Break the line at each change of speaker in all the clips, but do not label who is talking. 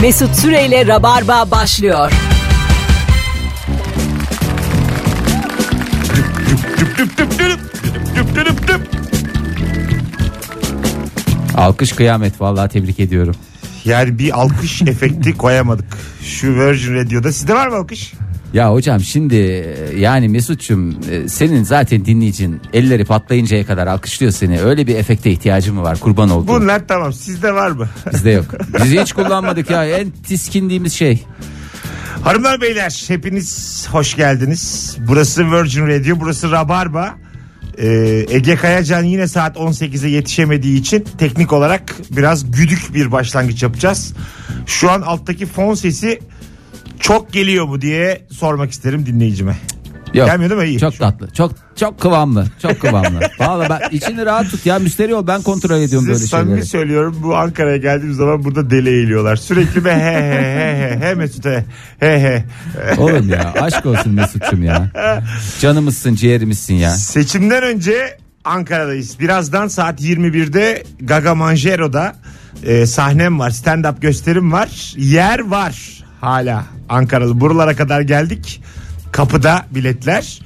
Mesut Süreyle Rabarba başlıyor.
Düp düp düp düp, düp düp düp düp.
Alkış kıyamet vallahi tebrik ediyorum.
Yani bir alkış efekti koyamadık. Şu Virgin Radio'da. Sizde var mı alkış?
Ya hocam şimdi e, yani Mesut'cum e, senin zaten dinleyicin elleri patlayıncaya kadar alkışlıyor seni. Öyle bir efekte ihtiyacı mı var kurban olduğum.
Bunlar tamam. Sizde var mı?
Bizde yok. Biz hiç kullanmadık ya en tiskindiğimiz şey.
Hanımlar beyler hepiniz hoş geldiniz. Burası Virgin Radio, burası Rabarba. Ee, Ege Kayacan yine saat 18'e yetişemediği için teknik olarak biraz güdük bir başlangıç yapacağız. Şu an alttaki fon sesi çok geliyor mu diye sormak isterim dinleyicime.
Yok.
Gelmiyor değil mi? İyi.
Çok tatlı. Çok çok kıvamlı. Çok kıvamlı. Vallahi ben içini rahat tut ya müşteri ol ben kontrol ediyorum
Size
böyle
samimi
şeyleri.
söylüyorum bu Ankara'ya geldiğim zaman burada deli eğiliyorlar. Sürekli be he he he he he Mesut he he he.
Oğlum ya aşk olsun Mesut'cum ya. Canımızsın ciğerimizsin ya.
Seçimden önce Ankara'dayız. Birazdan saat 21'de Gaga Manjero'da e, sahnem var, stand-up gösterim var. Yer var hala Ankara'da. Buralara kadar geldik. Kapıda biletler.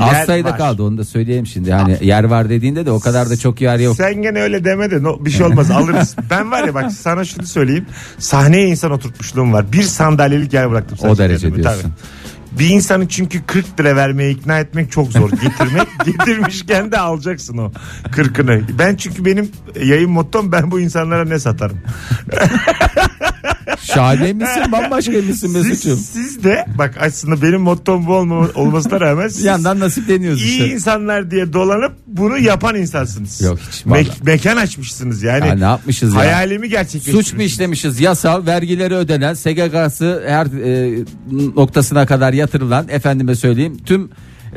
Az
Yer
sayıda
var.
kaldı onu da söyleyeyim şimdi. Hani yer var dediğinde de o kadar da çok yer yok.
Sen gene öyle deme de no, bir şey olmaz alırız. ben var ya bak sana şunu söyleyeyim. Sahneye insan oturtmuşluğum var. Bir sandalyelik yer bıraktım.
O
sadece
derece
kendime,
diyorsun.
tabii. Bir insanı çünkü 40 lira vermeye ikna etmek çok zor. Getirmek getirmişken de alacaksın o 40'ını. Ben çünkü benim yayın mottom ben bu insanlara ne satarım.
Şahane misin bambaşka misin Mesut'cum?
Siz, siz de bak aslında benim mottom bu olma, olmasına rağmen siz
Bir yandan nasipleniyoruz
iyi
işte.
insanlar diye dolanıp bunu yapan insansınız.
Yok, hiç,
Me-
vallahi.
mekan açmışsınız yani.
Ya ne yapmışız ya?
Hayalimi gerçekleştirmişsiniz.
Suç mu işlemişiz? Yasal, vergileri ödenen, SGK'sı her e, noktasına kadar yatırılan, efendime söyleyeyim, tüm e,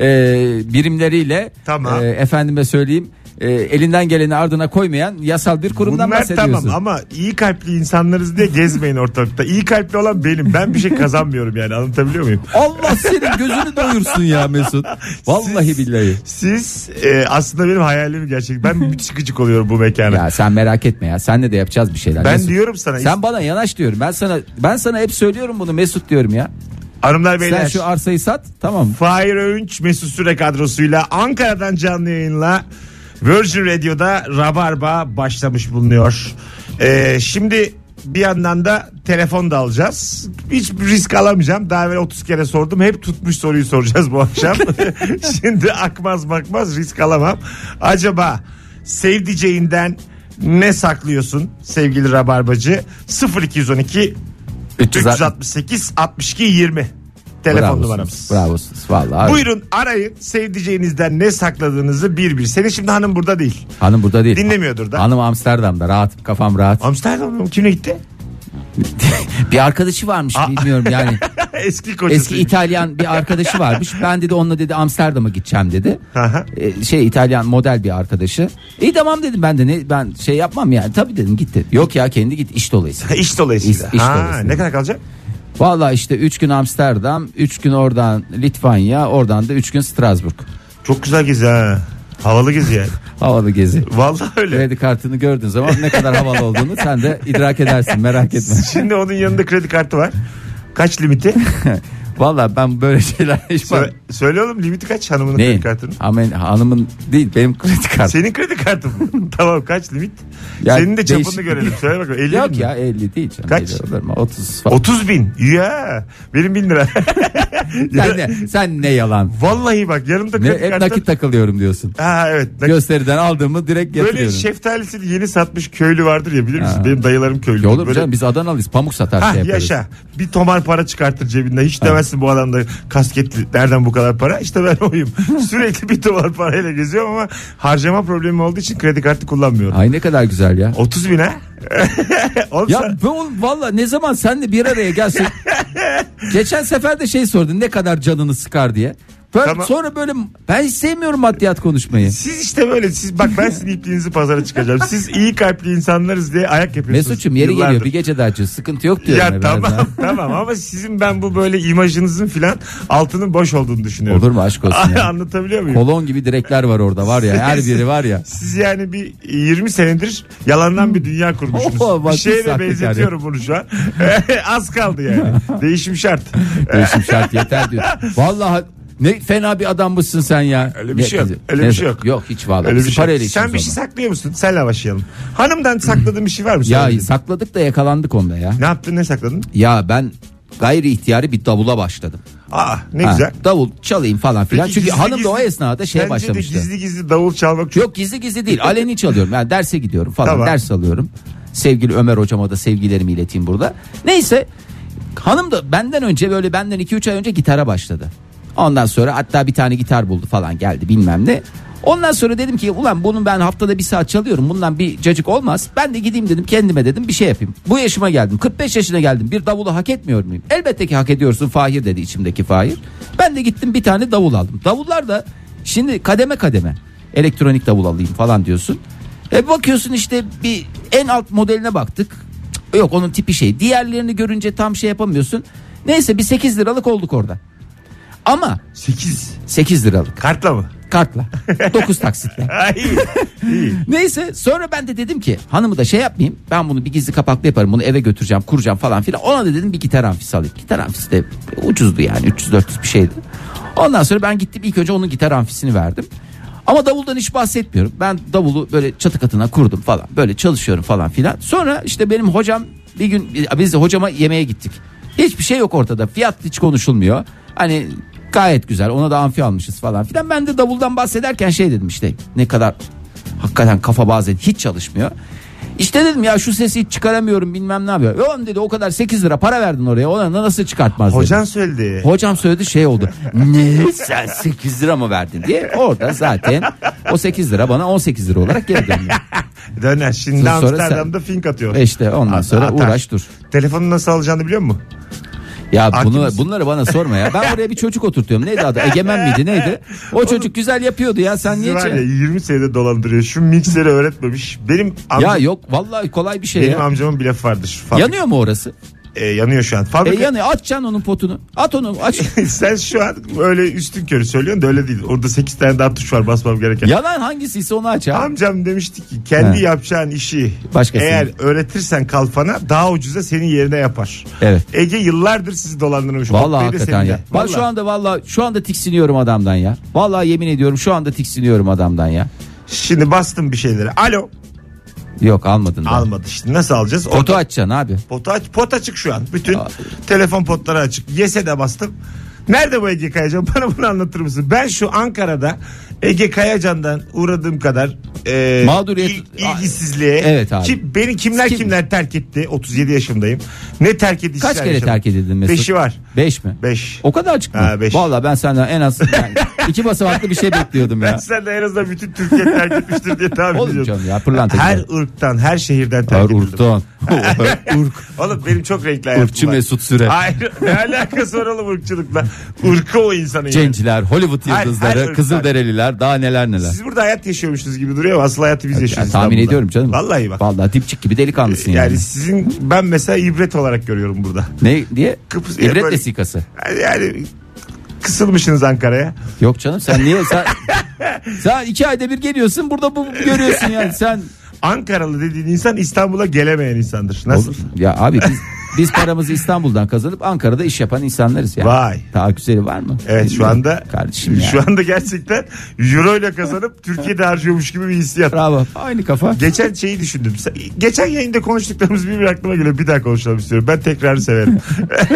birimleriyle,
Tamam.
e, efendime söyleyeyim, e, elinden geleni ardına koymayan yasal bir kurumdan
Bunlar
bahsediyorsun.
tamam ama iyi kalpli insanlarız diye gezmeyin ortalıkta. İyi kalpli olan benim. Ben bir şey kazanmıyorum yani anlatabiliyor muyum?
Allah senin gözünü doyursun ya Mesut. Vallahi billahi.
Siz e, aslında benim hayalimi gerçek. Ben müthiş gıcık oluyorum bu mekana.
Ya sen merak etme ya. Senle de yapacağız bir şeyler.
ben
Mesut.
diyorum sana
Sen bana yanaş diyorum. Ben sana ben sana hep söylüyorum bunu Mesut diyorum ya.
hanımlar beyler.
Sen şu arsayı sat tamam mı?
Fahir Öğünç Mesut Süre kadrosuyla Ankara'dan canlı yayınla Virgin Radio'da Rabarba başlamış bulunuyor. Ee, şimdi bir yandan da telefon da alacağız. Hiç risk alamayacağım. Daha evvel 30 kere sordum. Hep tutmuş soruyu soracağız bu akşam. şimdi akmaz bakmaz risk alamam. Acaba sevdiceğinden ne saklıyorsun sevgili Rabarbacı? 0212 368 62 20 telefon
Bravosunuz,
numaramız.
Bravosunuz vallahi.
Buyurun arayın sevdiceğinizden ne sakladığınızı bir bir. Senin şimdi hanım burada değil.
Hanım burada değil.
Dinlemiyordur da.
Hanım Amsterdam'da rahat kafam rahat.
Amsterdam'a mı? Kimle gitti?
bir arkadaşı varmış bilmiyorum yani.
Eski kocasıymış.
Eski İtalyan bir arkadaşı varmış. Ben dedi onunla dedi Amsterdam'a gideceğim dedi.
Aha.
Ee, şey İtalyan model bir arkadaşı. İyi tamam dedim ben de ne ben şey yapmam yani. Tabii dedim gitti. Yok ya kendi git iş dolayısıyla.
İş dolayısıyla.
İş- iş
ha,
dolayısıyla.
Ne kadar kalacak?
Vallahi işte 3 gün Amsterdam, 3 gün oradan Litvanya, oradan da 3 gün Strasbourg.
Çok güzel gezi ha. Havalı gezi yani.
Havalı gezi.
Vallahi öyle.
Kredi kartını gördüğün zaman ne kadar havalı olduğunu sen de idrak edersin merak etme.
Şimdi onun yanında kredi kartı var. Kaç limiti?
Vallahi ben böyle şeyler hiç
Sö- söyle oğlum limiti kaç hanımının
Neyin?
kredi kartının?
Amen, hanımın değil benim kredi kartım.
Senin kredi kartın mı? tamam kaç limit?
Ya
Senin de çapını
değişik-
görelim. Söyle bakalım. 50
Yok
bin mi?
ya 50 değil canım.
Kaç?
50 olur mu? 30 falan.
30 bin. Ya. Benim 1000 lira.
Sen ne, sen ne yalan.
Vallahi bak yanımda
Ne,
kredi
hep
kartı.
nakit takılıyorum diyorsun.
Ha evet. nakit-
Gösteriden aldığımı direkt
Böyle şey-
getiriyorum.
şeftalisini yeni satmış köylü vardır ya bilir misin?
Ha.
Benim dayılarım köylü.
Ya olur mu
Böyle-
canım biz Adanalıyız pamuk satar
Hah
şey yaparız.
yaşa. Bir tomar para çıkartır cebinden. Hiç demezsin bu adam da kasketli. Nereden bu kadar para? İşte ben oyum. Sürekli bir tomar parayla geziyorum ama harcama problemi olduğu için kredi kartı kullanmıyorum.
Ay ne kadar güzel ya.
30 bin ha? Oğlum sen-
Ya be oğlum valla ne zaman senle bir araya gelsek. Geçen sefer de şey sordun ne kadar canını sıkar diye. Ben
Tamam.
Sonra böyle ben hiç sevmiyorum maddiyat konuşmayı.
Siz işte böyle siz bak ben sizin ipliğinizi pazara çıkacağım. Siz iyi kalpli insanlarız diye ayak yapıyorsunuz.
Mesut'cum yeri
yıllardır.
geliyor bir gece daha açıyoruz. Sıkıntı yok diyorum.
Ya
ben
tamam
daha.
tamam ama sizin ben bu böyle imajınızın filan altının boş olduğunu düşünüyorum.
Olur mu aşk olsun ya.
Anlatabiliyor muyum?
Kolon gibi direkler var orada var ya her biri var ya.
Siz yani bir 20 senedir yalandan bir dünya kurmuşsunuz.
Oo, bak
bir
biz
şeyle
sahtekar
benzetiyorum bunu şu an. Az kaldı yani. Değişim şart.
Değişim şart yeter diyor. Vallahi ne fena bir adammışsın sen ya.
Öyle bir
Ne-
şey yok, öyle bir
neyse,
şey yok.
Yok hiç vallahi.
Öyle bir
Biz
şey.
parayla
yok. Sen bir
işimiz
şey
olmaz.
saklıyor musun? Senle başlayalım. Hanımdan sakladığın bir şey var mı?
Ya
Söyle.
sakladık da yakalandık onda ya.
Ne yaptın ne sakladın?
Ya ben gayri ihtiyari bir davula başladım.
Aa ne
Ha,
güzel.
Davul çalayım falan filan.
Peki
Çünkü
gizli
hanım da
gizli-
o esnada şeye
Bence
başlamıştı.
de gizli gizli davul çalmak çok
Yok gizli gizli değil. Aleni çalıyorum. Yani derse gidiyorum falan.
Tamam.
Ders alıyorum. Sevgili Ömer hocama da sevgilerimi ileteyim burada. Neyse hanım da benden önce böyle benden 2-3 ay önce gitara başladı. Ondan sonra hatta bir tane gitar buldu falan geldi bilmem ne. Ondan sonra dedim ki ulan bunun ben haftada bir saat çalıyorum bundan bir cacık olmaz. Ben de gideyim dedim kendime dedim bir şey yapayım. Bu yaşıma geldim 45 yaşına geldim bir davulu hak etmiyor muyum? Elbette ki hak ediyorsun Fahir dedi içimdeki Fahir. Ben de gittim bir tane davul aldım. Davullar da şimdi kademe kademe elektronik davul alayım falan diyorsun. E bakıyorsun işte bir en alt modeline baktık. Cık, Yok onun tipi şey. Diğerlerini görünce tam şey yapamıyorsun. Neyse bir 8 liralık olduk orada. Ama
8.
8 liralık
Kartla mı?
kartla 9 taksitle.
Ay. iyi.
Neyse sonra ben de dedim ki hanımı da şey yapmayayım. Ben bunu bir gizli kapaklı yaparım. Bunu eve götüreceğim, kuracağım falan filan. Ona da dedim bir gitar amfisi alayım. Gitar amfisi de ucuzdu yani 300-400 bir şeydi. Ondan sonra ben gittim ilk önce onun gitar amfisini verdim. Ama davuldan hiç bahsetmiyorum. Ben davulu böyle çatı katına kurdum falan. Böyle çalışıyorum falan filan. Sonra işte benim hocam bir gün biz de hocama yemeğe gittik. Hiçbir şey yok ortada. Fiyat hiç konuşulmuyor. Hani gayet güzel. Ona da amfi almışız falan filan. Ben de davuldan bahsederken şey dedim işte ne kadar Hakikaten kafa bazen hiç çalışmıyor. İşte dedim ya şu sesi hiç çıkaramıyorum bilmem ne yapıyor. Oğlum dedi o kadar 8 lira para verdin oraya ona nasıl çıkartmaz dedi.
Hocan söyledi.
Hocam söyledi şey oldu. Ne sen 8 lira mı verdin diye. Orada zaten o 8 lira bana 18 lira olarak geri dönüyor.
Döner. Şimdi
Sonra sen-
Amsterdam'da fink atıyor.
E işte ondan
At-
sonra
atar.
uğraş dur.
Telefonu nasıl alacağını biliyor musun?
Ya bunu,
Aktivist.
bunları bana sorma ya. Ben oraya bir çocuk oturtuyorum. Neydi adı? Egemen miydi neydi? O çocuk güzel yapıyordu ya sen
Sizi
niye?
var
çe-
ya 20 senede dolandırıyor. Şu mikseri öğretmemiş. Benim amca,
Ya yok vallahi kolay bir şey
benim
ya.
amcamın bir lafı vardır. Fabrik-
Yanıyor mu orası?
E, yanıyor şu an.
E
Fabrika,
yanıyor. Açacaksın onun potunu. At onu aç.
Sen şu an öyle üstün körü söylüyorsun da öyle değil. Orada 8 tane daha tuş var basmam gereken.
Yalan hangisiyse onu aç abi.
Amcam demişti ki kendi
He.
yapacağın işi
Başkasına.
eğer öğretirsen kalfana daha ucuza senin yerine yapar.
Evet.
Ege yıllardır sizi dolandırmış.
Vallahi
Oktay da
hakikaten
seni de.
ya. Bak
Vallahi.
şu anda vallahi şu anda tiksiniyorum adamdan ya. Vallahi yemin ediyorum şu anda tiksiniyorum adamdan ya.
Şimdi bastım bir şeylere. Alo.
Yok almadın da.
Almadı işte. Nasıl alacağız?
Foto
Orada-
açacaksın abi.
Pot, aç, pot açık şu an. Bütün
Abi.
telefon potları açık. Yese de bastım. Nerede bu Ege Kayacan? Bana bunu anlatır mısın? Ben şu Ankara'da Ege Kayacan'dan uğradığım kadar e,
Mağduriyet-
il- ilgisizliğe.
Evet abi.
Ki beni kimler
Kim?
kimler terk etti? 37 yaşındayım. Ne terk edişler
Kaç kere
yaşadım?
terk edildin Mesut?
Beşi var.
Beş mi?
Beş.
O kadar açık mı?
Ha, beş.
Vallahi ben senden en az yani iki basamaklı bir şey bekliyordum
Ben
ya.
sen de en azından bütün Türkiye terk etmiştir diye tahmin
Oğlum
ediyorum.
canım ya, pırlanta
Her
gibi.
ırktan, her şehirden terk
Her
edildim.
Urk'tan. Urk.
Oğlum benim çok renkli hayatım
Irkçı
var.
Mesut Süre.
Hayır ne alakası var oğlum ırkçılıkla. Irkı o insanın yani.
Cenciler, Hollywood
Her- her
yıldızları,
ırktan.
Kızılderililer daha neler neler.
Siz burada hayat yaşıyormuşsunuz gibi duruyor ama asıl hayatı biz
Yani
yaşıyoruz.
tahmin
İstanbul'da.
ediyorum canım.
Vallahi bak.
Vallahi dipçik gibi delikanlısın yani.
Yani sizin ben mesela ibret olarak görüyorum burada.
Ne diye?
Kıbrıs-
İbret
böyle-
vesikası.
Yani- Yani kısılmışsınız Ankara'ya.
Yok canım sen niye sen sen iki ayda bir geliyorsun burada bu bu görüyorsun yani sen
Ankaralı dediğin insan İstanbul'a gelemeyen insandır. Nasıl?
Olur. ya abi biz biz paramızı İstanbul'dan kazanıp Ankara'da iş yapan insanlarız ya.
Vay.
Daha güzeli var mı?
Evet şu
Bilmiyorum
anda
kardeşim ya.
şu anda gerçekten euro ile kazanıp Türkiye'de harcıyormuş gibi bir hissiyat.
Bravo. Aynı kafa.
Geçen şeyi düşündüm. Sen- Geçen yayında konuştuklarımız bir bir aklıma geliyor. Bir daha konuşalım istiyorum. Ben tekrar severim.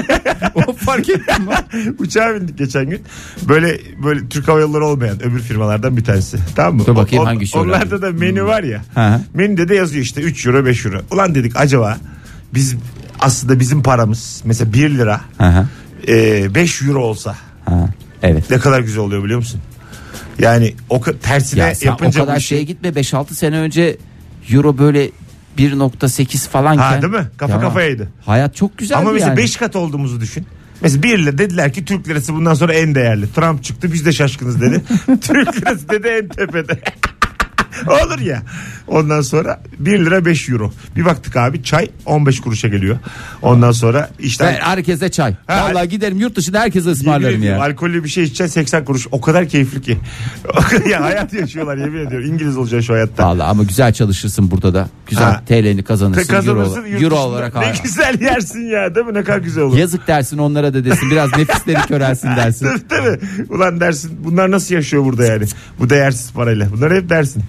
o fark ettim.
Uçağa bindik geçen gün. Böyle böyle Türk Hava Yolları olmayan öbür firmalardan bir tanesi. Tamam mı?
Dur bakayım
O-
hangi iş
Onlarda da menü var ya.
Hı hı.
Menüde de yazıyor işte 3 euro 5 euro. Ulan dedik acaba biz aslında bizim paramız mesela 1 lira
Aha.
e, 5 euro olsa
Ha. Evet.
ne kadar güzel oluyor biliyor musun? Yani o ka- tersine
Ya sen o
yapınca
kadar
bu
şeye
şey
gitme 5-6 sene önce euro böyle 1.8 falanken.
Ha, değil mi? Kafa
Tamam.
kafayaydı.
Hayat çok güzeldi
ama mesela
yani.
5 kat olduğumuzu düşün. Mesela biriyle dediler ki Türk lirası bundan sonra en değerli. Trump çıktı biz de şaşkınız dedi. Türk lirası dedi en tepede. Olur ya. Ondan sonra 1 lira 5 euro. Bir baktık abi çay 15 kuruşa geliyor. Ondan sonra işte
Ben herkese çay.
Ha.
Vallahi giderim yurt dışında herkese ısmarlarım
ediyorum,
ya.
Alkollü bir şey içeceksin 80 kuruş. O kadar keyifli ki. ya hayat yaşıyorlar yemin ediyorum. İngiliz olacak şu hayatta.
Vallahi ama güzel çalışırsın burada da. Güzel
Ha.
TL'ni
Te-
kazanırsın.
kazanırsın
euro,
yurt
euro
dışında.
olarak
Ne
hala.
güzel yersin ya değil mi? Ne kadar güzel olur.
Yazık dersin onlara da desin. Biraz nefisleri körelsin dersin.
Değil, değil mi? Ulan dersin bunlar nasıl yaşıyor burada yani? Bu değersiz parayla. Bunları hep dersin.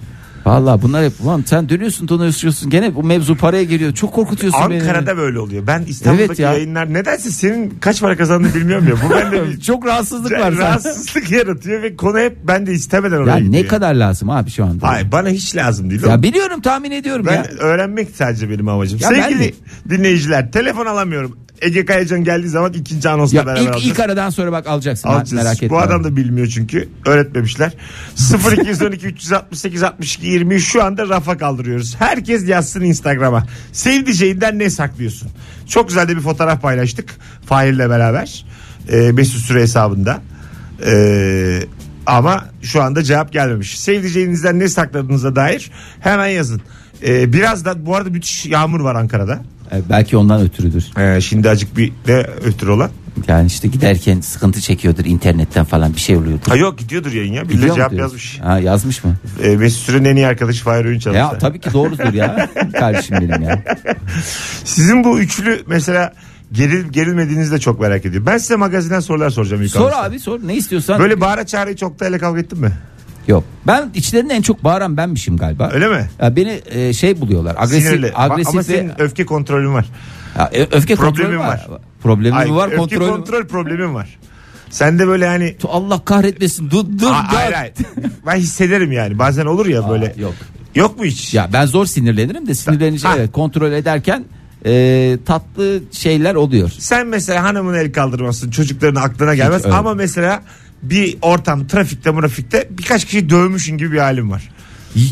Vallahi bunlar hep ulan sen dönüyorsun donuyorsun gene bu mevzu paraya geliyor. Çok korkutuyorsun
Ankara'da böyle oluyor. Ben İstanbul'daki
Evet ya.
yayınlar nedense senin kaç para kazandığını bilmiyorum ya. Bu bende
beni. Çok rahatsızlık var
bir
zaten.
rahatsızlık yaratıyor ve konu hep ben de istemeden oraya
Ya
gidiyor.
ne kadar lazım abi şu anda?
Hayır bana hiç lazım değil. oğlum.
Ya biliyorum tahmin ediyorum
Ben
ya.
öğrenmek sadece benim amacım.
Ya ben
Sevgili dinleyiciler telefon alamıyorum. Ege Kayacan geldiği zaman ikinci anonsla
Ya
beraber
ilk,
alacağız.
ilk aradan sonra bak alacaksın.
Alacağız.
Merak etme.
Bu adam da bilmiyor çünkü. Öğretmemişler. 0212 368 62 20 şu anda rafa kaldırıyoruz. Herkes yazsın Instagram'a. Sevdiceğinden ne saklıyorsun? Çok güzel de bir fotoğraf paylaştık. Fahir'le beraber. Ee, Mesut Süre hesabında. Ee, ama şu anda cevap gelmemiş. Sevdiceğinizden ne sakladığınıza dair hemen yazın. Ee, biraz da bu arada müthiş yağmur var Ankara'da.
E, belki ondan ötürüdür.
Ee, şimdi acık bir de ötürü olan.
Yani işte giderken sıkıntı çekiyordur internetten falan bir şey oluyordur.
Ha yok gidiyordur yayın ya. Bir
Biliyor
de
mu
cevap
diyor?
yazmış.
Ha, yazmış mı?
E, Mesut Süren'in en iyi arkadaşı Fahir Öğünç
Ya
Ya,
tabii ki doğrudur ya. Kardeşim benim ya.
Sizin bu üçlü mesela geril, gerilmediğinizi de çok merak ediyorum. Ben size magazinden sorular soracağım ilk
Sor
anonsta.
abi sor ne istiyorsan.
Böyle bağıra çağrıyı çok da ele kavga ettin mi?
Yok. Ben içlerinde en çok bağıran benmişim galiba.
Öyle mi?
Ya beni e, şey buluyorlar. Agresif
Sinirli. Ba-
agresif
Ama
ve
senin öfke kontrolün var.
Ya, ö- öfke
Problemim
kontrolü var.
var.
Problemim
Ay,
var
öfke
kontrolüm.
kontrol problemin var. Sen de böyle hani
Tu- Allah kahretmesin. Dur dur.
Aa, hayır,
dur.
hayır. ben hissederim yani. Bazen olur ya böyle.
yok.
Yok mu hiç?
Ya ben zor sinirlenirim de sinirlenince
Ha.
evet, kontrol ederken e, tatlı şeyler oluyor.
Sen mesela hanımın el kaldırmasın çocukların aklına gelmez
öyle.
ama mesela bir ortam trafikte murafikte birkaç kişi dövmüşün gibi bir halim var.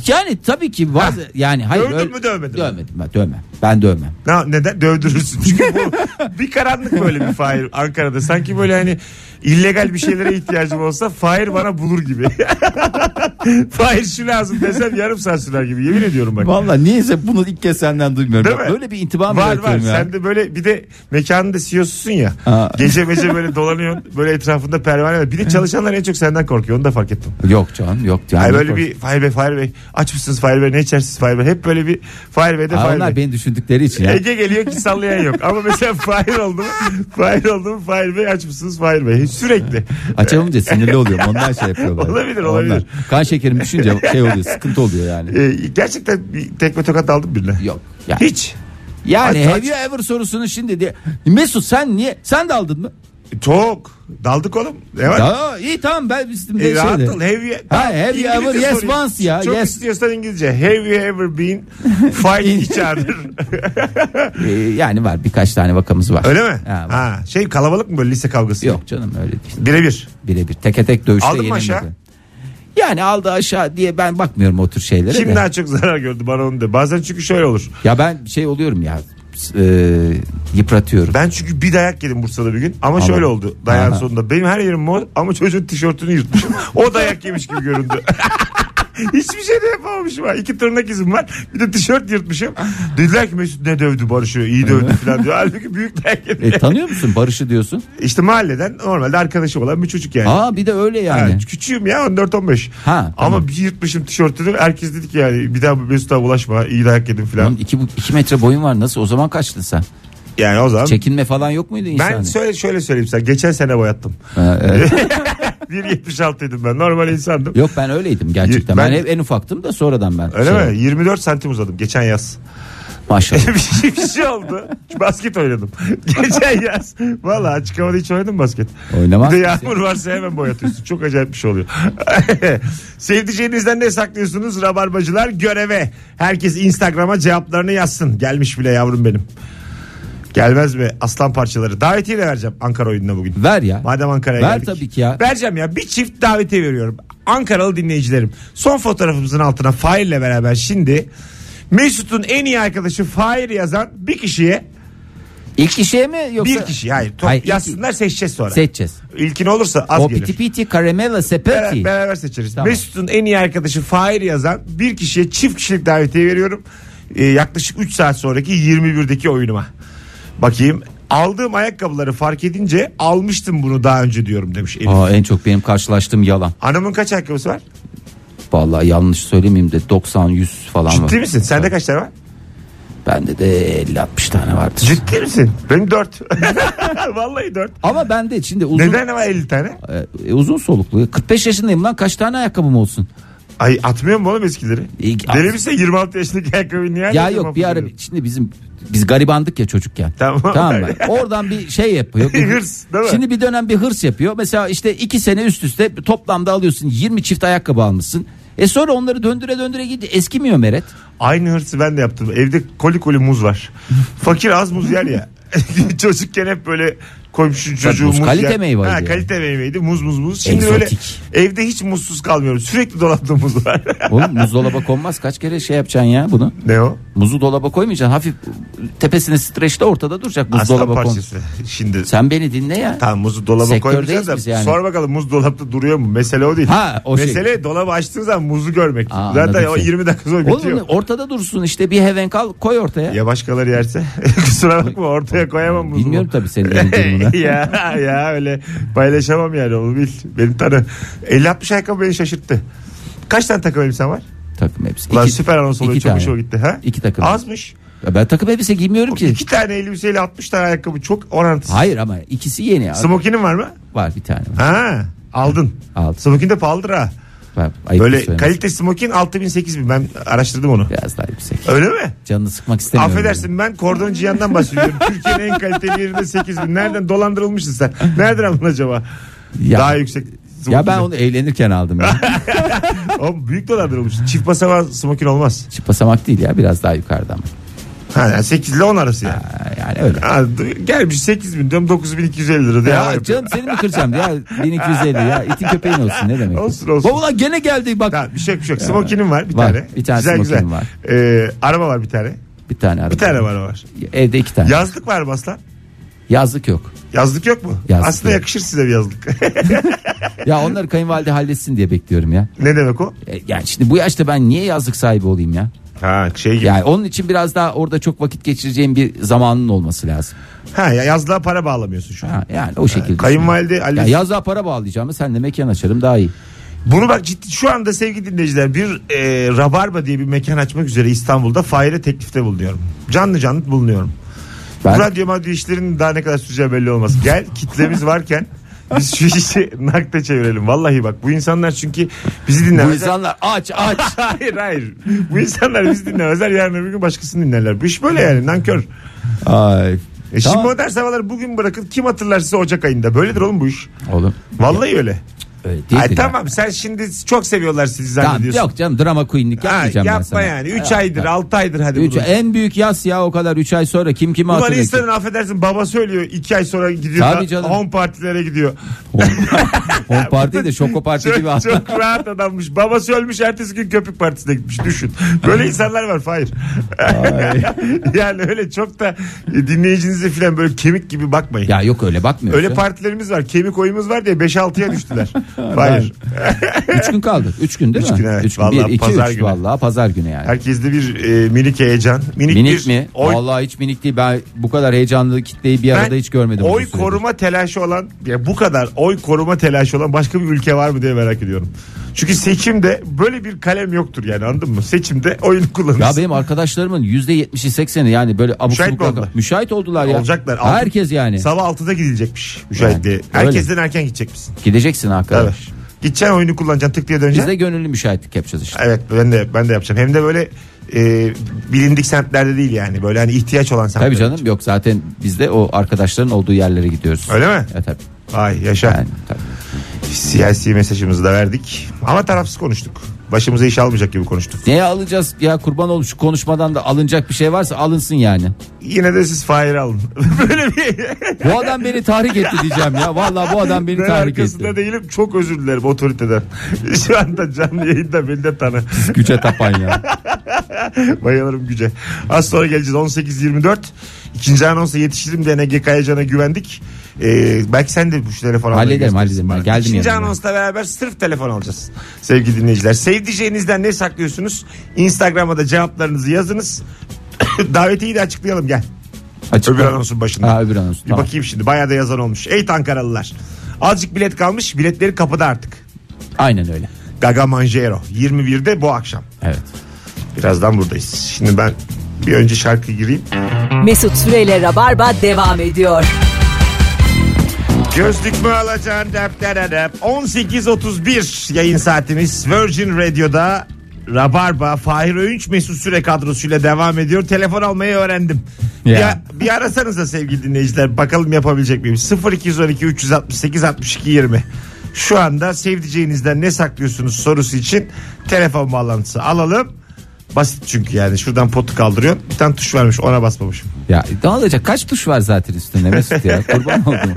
Yani tabii ki var
Ha.
yani hayır
Dövdün
öyle-
mü, dövmedin mi?
Dövmedim ben dövmem. Ben dövmem.
Ne, neden? Dövdürürsün. Çünkü bu bir karanlık böyle bir Fahir Ankara'da. Sanki böyle hani illegal bir şeylere ihtiyacım olsa Fahir bana bulur gibi. Fahir şu lazım desem yarım saat sürer gibi. Yemin ediyorum bak.
Vallahi niyeyse bunu ilk kez senden duymuyorum.
Değil
Ya
mi?
Böyle bir intibam
var var.
bırakıyorum ya.
Sen de böyle bir de mekanın da CEO'susun ya.
Ha.
Gece mece böyle dolanıyorsun. Böyle etrafında pervane var. Bir de çalışanlar en çok senden korkuyor. Onu da fark ettim.
Yok canım yok canım.
Ay
Yok
böyle
yok.
bir Fahir Bey Fahir Bey aç mısınız Fahir Bey ne içersiniz Fahir Bey. Hep böyle bir Fahir Bey de
Ha,
Fahir Bey.
onlar beni düşündükleri için ya.
Ege geliyor ki sallayan yok. Ama mesela Fahir oldu mu? Fahir oldu mu? Fahir Bey aç mısınız? Fahir Bey. Sürekli.
Açamayınca sinirli oluyorum. Ondan şey yapıyorlar.
Olabilir, olabilir.
Ondan. Kan şekerim düşünce şey oluyor, sıkıntı oluyor yani.
Ee, gerçekten bir tekme tokat aldım birine.
Yok. Yani,
Hiç.
yani
Aç,
have you ever sorusunun şimdi diye. Mesut sen niye? Sen de aldın mı?
Çok. Daldık oğlum. Ne var?
Ya, iyi tamam ben bizim de
E, rahat
şeyde.
ol. Have you,
Ha, have you
İngilizce
ever? Yes,
sorayım.
once ya,
Çok
yes.
istiyorsan İngilizce. Have you ever been fighting each other?
Ee, yani var birkaç tane vakamız var.
Öyle mi?
Ha,
Ha,
var.
şey kalabalık mı böyle lise kavgası?
Yok canım öyle değil.
Birebir.
Birebir teke tek dövüşte
Aldın mı
yenilmedi.
aşağı?
Yani aldı aşağı diye ben bakmıyorum o tür şeylere de.
Kim daha çok zarar gördü bana onu de. Bazen çünkü şöyle olur.
Ya ben şey oluyorum ya e, yıpratıyorum.
Ben çünkü bir dayak yedim Bursa'da bir gün ama
Ama-
şöyle oldu dayağın
Aha.
sonunda. Benim her yerim mor ama çocuğun tişörtünü yırtmışım. O dayak yemiş gibi göründü. Hiçbir şey de yapamamışım. ha. İki tırnak izim var. Bir de tişört yırtmışım. Dediler ki Mesut ne dövdü Barış'ı iyi dövdü falan diyor. Halbuki büyük dayak yedi.
E, tanıyor musun Barış'ı diyorsun?
işte mahalleden normalde arkadaşım olan bir çocuk yani.
Aa bir de öyle yani.
Ha, küçüğüm ya 14-15.
Ha,
Ama bir yırtmışım tişörtünü. Herkes dedi ki yani bir daha Mesut'a ulaşma iyi dayak yedim falan.
Oğlum iki, bu- iki metre boyun var nasıl o zaman kaçtın sen?
Yani o zaman
Çekinme falan yok muydu insani?
Ben söyle, şöyle söyleyeyim sana. Geçen sene boyattım.
Ha, evet.
1.76 idim ben. Normal insandım.
Yok ben öyleydim gerçekten. Ben,
Ben-
hep en ufaktım da sonradan ben.
Öyle
şey-
mi? 24 santim uzadım geçen yaz.
Maşallah.
bir, şey, bir şey oldu. Basket oynadım. geçen yaz. Valla açık havada hiç oynadım basket.
Oynamaz
Bir de
mısın?
yağmur varsa hemen boyatıyorsun. Çok acayip bir şey oluyor. Sevdiceğinizden ne saklıyorsunuz? Rabarbacılar göreve. Herkes Instagram'a cevaplarını yazsın. Gelmiş bile yavrum benim. Gelmez mi aslan parçaları? Davetiye de vereceğim Ankara oyununa bugün.
Ver ya.
Madem Ankara'ya
Ver
geldik.
tabii ki ya.
Vereceğim ya bir çift davetiye veriyorum. Ankaralı dinleyicilerim. Son fotoğrafımızın altına Fahir'le beraber şimdi Mesut'un en iyi arkadaşı Fahir yazan bir kişiye
İlk kişiye mi yoksa?
Bir kişi hayır. Top
Hayır, ilk-
yazsınlar seçeceğiz sonra.
Seçeceğiz.
İlkin olursa az
o
gelir.
piti piti karamela
Beraber,
sepeti.
beraber seçeriz.
Tamam.
Mesut'un en iyi arkadaşı Fahir yazan bir kişiye çift kişilik davetiye veriyorum. Ee, yaklaşık 3 saat sonraki 21'deki oyunuma. Bakayım. Aldığım ayakkabıları fark edince almıştım bunu daha önce diyorum demiş Elif.
Aa, en çok benim karşılaştığım yalan.
Hanımın kaç ayakkabısı var?
Vallahi yanlış söylemeyeyim de 90-100 falan var.
Ciddi misin? Sende kaç tane var?
Bende de 50-60 tane vardır.
Ciddi misin? Benim 4. Vallahi 4.
Ama bende şimdi uzun,
Neden ama 50 tane?
e, uzun soluklu. 45 yaşındayım lan kaç tane ayakkabım olsun?
Ay atmıyor mu oğlum eskileri?
İlk-
Deli misin? 26 yaşındaki ayakkabıyı niye
Ya
alıyorsun?
yok bir ara şimdi bizim biz garibandık ya çocukken.
Tamam.
mı? Oradan bir şey yapıyor.
Bir hırs, değil mi?
Şimdi bir dönem bir hırs yapıyor. Mesela işte iki sene üst üste toplamda alıyorsun 20 çift ayakkabı almışsın. E sonra onları döndüre döndüre gidiyor. Eskimiyor Meret.
Aynı hırsı ben de yaptım. Evde koli koli muz var. Fakir az muz yer ya. Çocukken hep böyle komşu çocuğu
muz
muz
kalite
yer.
meyveydi
Ha,
yani.
kalite meyveydi. Muz muz muz. Şimdi
Egzotik.
öyle evde hiç muzsuz kalmıyorum. Sürekli dolapta muz var.
Oğlum buzdolaba konmaz. Kaç kere şey yapacaksın ya bunu?
ne o?
Muzu dolaba koymayacaksın. Hafif tepesine streçte ortada duracak
Aslan
buzdolaba kon.
parçası. Şimdi
Sen beni dinle ya.
Tamam muzu dolaba
Sektördeyiz
koymayacaksın da
biz yani.
sor bakalım muz dolapta duruyor mu? Mesele o değil.
Ha, o şey.
Mesele dolabı açtığın zaman muzu görmek.
Aa,
Zaten
anladım
o
seni.
20 dakika sonra
Oğlum
bitiyor.
ortada dursun işte bir heven kal koy ortaya.
Ya başkaları yerse kusura bakma ortaya koyamam muzumu.
Bilmiyorum tabii senin yani durumunu.
ya ya öyle paylaşamam yani onu bil. Beni tanı. 50 60 ayakkabı beni şaşırttı. Kaç tane takım elbisen var?
Takım elbise.
Lan
İki-
süper anons oluyor
iki
çok
tane.
hoşuma gitti. Ha?
İki takım.
Azmış.
Ya Ben takım elbise giymiyorum ki.
İki tane elbiseyle 60 tane ayakkabı çok orantısız.
Hayır ama ikisi yeni. ya.
Smokinin var mı?
Var bir tane. var.
Ha aldın.
Aldım.
Smokin de pahalıdır ha.
Var. Ayıp bir
Böyle
söylemesi.
kalite smokin 6000 8000 ben araştırdım onu.
Biraz daha yüksek.
Öyle mi?
Canını sıkmak istemiyorum.
Affedersin ben kordon ciyandan bahsediyorum. Türkiye'nin en kaliteli yerinde 8000. Nereden dolandırılmışsın sen? Nereden aldın acaba?
Ya-
Daha yüksek.
yani. Ya ben
smokini.
onu eğlenirken aldım. Ya.
O büyük dolandırılmış. Çift basamağı smokin olmaz.
Çift basamak değil ya biraz daha yukarıda ama.
Ha, yani 8 ile 10 arası yani.
Ha, Yani öyle.
Ha, du- gelmiş 8 bin diyorum 9250 lira. diye hava
Ya
yapıyor.
canım seni mi kıracağım ya 1250 ya itin köpeğin olsun ne demek.
Olsun, olsun.
Baba ulan gene geldi bak
Tamam, bir şey yok bir şey yok. Smokinim var bir
Var,
tane.
bir tane
güzel güzel.
smokinim var.
Ee, araba var bir tane.
bir tane araba.
Bir tane var var.
Evde iki tane.
Yazlık var mı aslan?
Yazlık yok.
Yazlık yok mu?
Yazlık
Aslında
yok.
yakışır size bir yazlık.
Ya onları kayınvalide halletsin diye bekliyorum ya.
ne demek o?
E, Yani şimdi bu yaşta ben niye yazlık sahibi olayım ya?
Ha şey gibi.
Yani onun için biraz daha orada çok vakit geçireceğim bir zamanın olması lazım.
Ha ya yazlığa para bağlamıyorsun şu an.
Ha, yani o şekilde.
Ee, Kayınvalide Ali.
Ya yazlığa para bağlayacağımı senle mekan açarım daha iyi.
Bunu bak ciddi şu anda sevgili dinleyiciler bir e, rabarba diye bir mekan açmak üzere İstanbul'da Fahir'e teklifte bulunuyorum. Canlı canlı bulunuyorum.
Ben
Bu radyo maddi işlerin daha ne kadar süreceği belli olmaz. Gel kitlemiz varken biz şu işi nakde çevirelim. Vallahi bak bu insanlar çünkü bizi
bu
dinlemezler.
insanlar aç aç.
hayır hayır. Bu insanlar bizi dinlemezler. Yarın öbür gün başkasını dinlerler. Bu iş böyle yani nankör.
Ay.
E şimdi
Tamam.
modern sabahları bugün bırakın kim hatırlar size Ocak ayında. Böyledir oğlum bu iş.
Oğlum.
Vallahi öyle.
Öyle değil
Ay,
mi ya?
tamam sen şimdi çok seviyorlar sizi
Tamam,
zannediyorsun.
yok canım drama queenlik
Ha,
yapmayacağım ben
yapma
sana.
yani. 3 aydır 6 aydır hadi
Üç,
bunu.
en büyük yas ya o kadar 3 ay sonra kim kimi
Ulan
hatırlayacak?
insanın affedersin baba söylüyor 2 ay sonra gidiyor
Tabii
da
canım.
home partilere gidiyor.
Home parti de şoko parti gibi.
Çok, çok rahat adammış. Babası ölmüş ertesi gün köpük partisine gitmiş düşün. Böyle insanlar var Fahir. yani öyle çok da dinleyicinize falan böyle kemik gibi bakmayın.
Ya yok öyle bakmıyor.
Öyle partilerimiz var kemik oyumuz var diye 5-6'ya düştüler. Hayır.
3 gün kaldı. 3 gün değil
Üç
mi?
gün, evet.
Üç
Vallahi
1, 2,
pazar
3
günü.
vallahi pazar günü yani.
Herkeste bir e, minik heyecan. Minik,
Minik
bir
mi?
Oy,
Vallahi hiç minik değil. Ben bu kadar heyecanlı kitleyi bir arada
Ben
hiç görmedim. bu
Oy
süredir.
koruma telaşı olan ya bu kadar oy koruma telaşı olan başka bir ülke var mı diye merak ediyorum. Çünkü seçimde böyle bir kalem yoktur yani anladın mı? Seçimde oyunu
Ya
kullanırsın.
benim arkadaşlarımın %70'i 80'i yani böyle abuk
Müşahit mi
subuk-
oldular?
Müşahit oldular ya.
Olacaklar. Altı-
Herkes yani.
Sabah 6'da gidilecekmiş müşahitliğe.
Yani, öyle.
Herkesten erken gidecek misin?
Gideceksin
Tabii.
arkadaş.
Gideceksin oyunu kullanacaksın tık diye
Biz
döneceksin.
de gönüllü müşahitlik yapacağız işte.
Evet ben de ben de yapacağım. Hem de böyle e, bilindik semtlerde değil yani. Böyle hani ihtiyaç olan semtlerde.
Tabii canım yok zaten biz de o arkadaşların olduğu yerlere gidiyoruz.
Öyle mi?
E tabii.
Ay yaşa.
Yani, tabii.
Siyasi mesajımızı da verdik. Ama tarafsız konuştuk. Başımıza iş almayacak gibi konuştuk.
Neye alacağız ya kurban olmuş şu konuşmadan da alınacak bir şey varsa alınsın yani.
Yine de siz Fahir'i alın. Böyle bir
Bu adam beni tahrik etti diyeceğim ya. Vallahi bu adam beni
ben
tahrik
arkasında
etti.
değilim. Çok özür dilerim otoriteden. Şu anda canlı yayında beni de tanı.
Güce tapan ya.
Bayılırım güce. Az sonra geleceğiz 18.24. İkinci anonsa yetişirim diye Ege Kayacan'a güvendik. Ee, belki sen de bu şu telefon almaya
Hallederim,
gelirsin
hallederim.
bana.
Geldim
İkinci
yanına.
anonsla beraber sırf telefon alacağız sevgili dinleyiciler. Sevdiceğinizden ne saklıyorsunuz? Instagram'a da cevaplarınızı yazınız. Davetiyi de açıklayalım gel.
Açık
Öbür
mı?
anonsun başında.
Ha, öbür anonsun,
Bir
tamam.
bakayım şimdi bayağı da yazan olmuş. Ey Ankaralılar. Azıcık bilet kalmış biletleri kapıda artık.
Aynen öyle.
Gaga Manjero 21'de bu akşam.
Evet.
Birazdan buradayız. Şimdi ben bir önce şarkı gireyim.
Mesut Süreyle Rabarba devam ediyor.
Gözlük mü alacaksın? Dep, de, de, dep. 18.31 yayın saatimiz Virgin Radio'da Rabarba, Fahir Öğünç, Mesut Süre kadrosuyla devam ediyor. Telefon almayı öğrendim.
Ya.
Bir, bir arasanız da sevgili dinleyiciler. Bakalım yapabilecek miyim? 0212 368 62 20. Şu anda sevdiceğinizden ne saklıyorsunuz sorusu için telefon bağlantısı alalım. Basit çünkü yani. Şuradan potu kaldırıyorsun. Bir tane tuş vermiş ona basmamışım.
Ya ne olacak? Kaç tuş var zaten üstünde Mesut ya? Kurban oldum.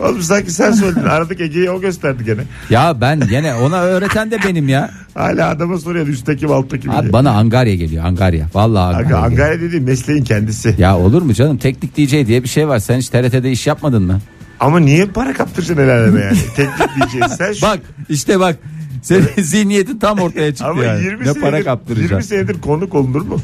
Oğlum sanki sen söyledin. Aradık Ege'yi o gösterdi gene.
Ya ben gene ona öğreten de benim ya.
Hala adama soruyor üstteki mi alttaki mi
Abi
diye.
bana Angarya geliyor Angarya. Vallahi Angarya.
Aga,
geliyor.
Angarya dediğim mesleğin kendisi.
Ya olur mu canım? Teknik DJ diye bir şey var. Sen hiç TRT'de iş yapmadın mı?
Ama niye para kaptıracaksın el aleme yani? Teknik diyeceğiz. Sen şu...
Bak işte bak. Senin zihniyetin tam ortaya çıktı
Ama
yani.
20
ne
senedir,
para
20
kaptıracaksın.
senedir konuk olunur mu?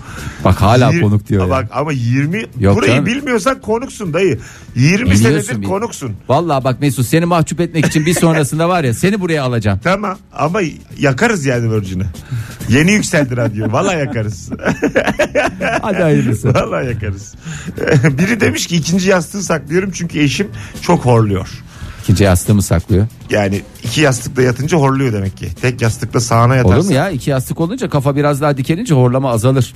Bak hala
Yir-
konuk diyor.
Aa,
ya.
Bak ama 20
Yok
burayı
canım.
bilmiyorsan konuksun dayı. 20
Biliyorsun
senedir
bir-
konuksun.
Vallahi bak Mesut seni mahcup etmek için bir sonrasında var ya seni buraya alacağım.
Tamam ama yakarız yani Virgin'i. Yeni yükseldi radyo. Valla yakarız.
Hadi hayırlısı.
Valla yakarız. Biri demiş ki ikinci yastığı saklıyorum çünkü eşim çok horluyor.
İkinci yastığımı saklıyor.
Yani iki yastıkla yatınca horluyor demek ki. Tek yastıkla sağına yatarsa.
Olur mu ya? İki yastık olunca kafa biraz daha dikenince horlama azalır.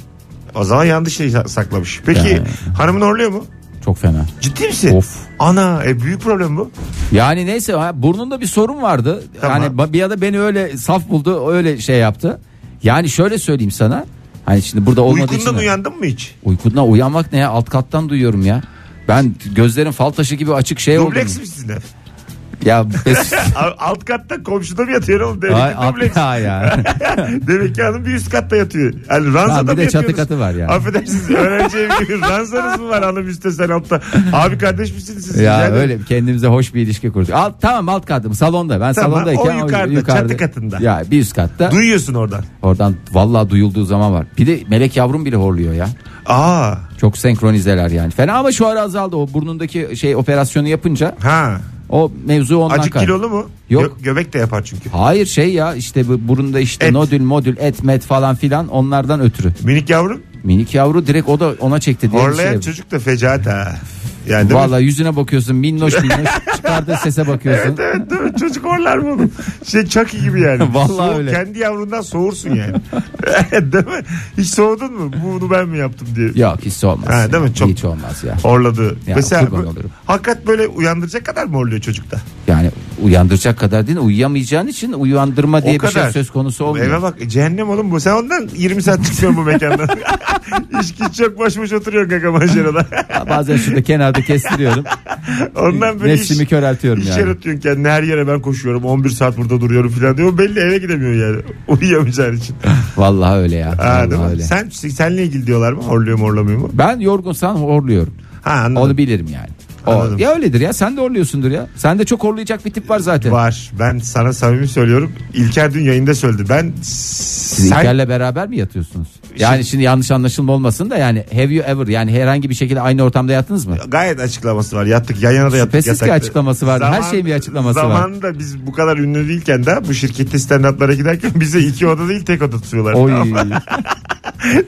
O zaman yanlış şey sa- saklamış. Peki
Yani.
hanımın horluyor mu?
Çok fena.
Ciddi misin?
Of.
Ana e, büyük problem bu.
Yani neyse ha, burnunda bir sorun vardı.
Tamam.
Yani ba- bir ya da beni öyle saf buldu öyle şey yaptı. Yani şöyle söyleyeyim sana. Hani şimdi burada olmadığı için.
Uykundan uyandın mı hiç?
Uykundan uyanmak ne ya? Alt kattan duyuyorum ya. Ben gözlerim fal taşı gibi açık şey oldu.
Dubleks mi sizin ev?
Ya bes-
A- Alt katta komşuda mı yatıyor oğlum? Demek
Ay,
ki dubleks.
alt- Ha ya.
Demek ki hanım bir üst katta yatıyor. Yani ranzada
Ha, bir
mı
de çatı
yatıyorsunuz?
katı var yani.
Affedersiniz öğrenci evi gibi ranzanız mı var hanım üstte sen altta? Abi kardeş misiniz siz?
ya
Yani
öyle kendimize hoş bir ilişki kurduk. Alt, tamam alt katım salonda. Ben
Tamam,
salondayken
o yukarıda, çatı katında.
Ya bir üst katta.
Duyuyorsun oradan.
Oradan vallahi duyulduğu zaman var. Bir de melek yavrum bile horluyor ya.
Aa
Çok senkronizeler yani. Fena ama şu ara azaldı o burnundaki şey operasyonu yapınca
ha.
o mevzu ondan
Acık
kay-
kilolu mu?
Yok.
Gö- göbek de yapar çünkü.
Hayır şey ya işte bu burunda işte
Et.
nodül modül et met falan filan onlardan ötürü.
Minik yavrum
Minik yavru direkt o da ona çekti diye bir şey.
horlayan çocuk da fecaat ha. Yani değil mi?
Vallahi yüzüne bakıyorsun minnoş minnoş çıkardığı sese bakıyorsun.
Evet değil mi? Çocuk horlar mı oğlum? Şey Chucky gibi yani.
Vallahi öyle.
Kendi yavrundan soğursun yani. değil mi? Hiç soğudun mu? Bunu ben mi yaptım diye.
Yok hiç olmaz.
Ha,
ya.
değil mi? Çok-
Hiç olmaz ya.
Horladı.
Ya,
Mesela
kurban
bu-
olurum.
hakikat böyle uyandıracak kadar mı horluyor çocukta?
Yani uyandıracak kadar değil uyuyamayacağın için uyandırma diye
o
bir
kadar.
şey söz konusu olmuyor.
Eve bak e, cehennem oğlum bu. Sen ondan 20 saat çıkıyorsun bu mekandan. İş güç yok boş boş oturuyorsun kaka macerada.
Bazen şurada kenarda kestiriyorum.
Ondan böyle
Nefsimi
iş,
köreltiyorum
iş
yani.
yaratıyorsun kendine. Her yere ben koşuyorum. 11 saat burada duruyorum falan diyor. Belli eve gidemiyor yani. Uyuyamayacağın için.
Vallahi öyle
Ha,
ya.
değil
vallahi
mi?
Ah, öyle.
Sen senle ilgili diyorlar mı? Horluyor mu horlamıyor mu?
Ben yorgunsan horluyorum.
Ha anladım.
Onu bilirim yani. O,
Anladım. Ee,
ya öyledir ya sen de horluyorsundur ya. Sende çok horlayacak bir tip var zaten.
Var. Ben sana samimi söylüyorum. İlker dün yayında söyledi. Ben
Siz
sen
İlker'le beraber mi yatıyorsunuz? Yani şimdi yanlış anlaşılma olmasın da yani have you ever yani herhangi bir şekilde aynı ortamda yattınız mı?
gayet açıklaması var. Yattık yan yana da yattık.
Şüphesiz ki
yatakta.
açıklaması vardı. Her şeyin bir açıklaması var.
Zamanında biz bu kadar ünlü değilken de bu şirkette stand-up'lara giderken bize iki oda değil tek oda tutuyorlar.
Oy.
Tamam.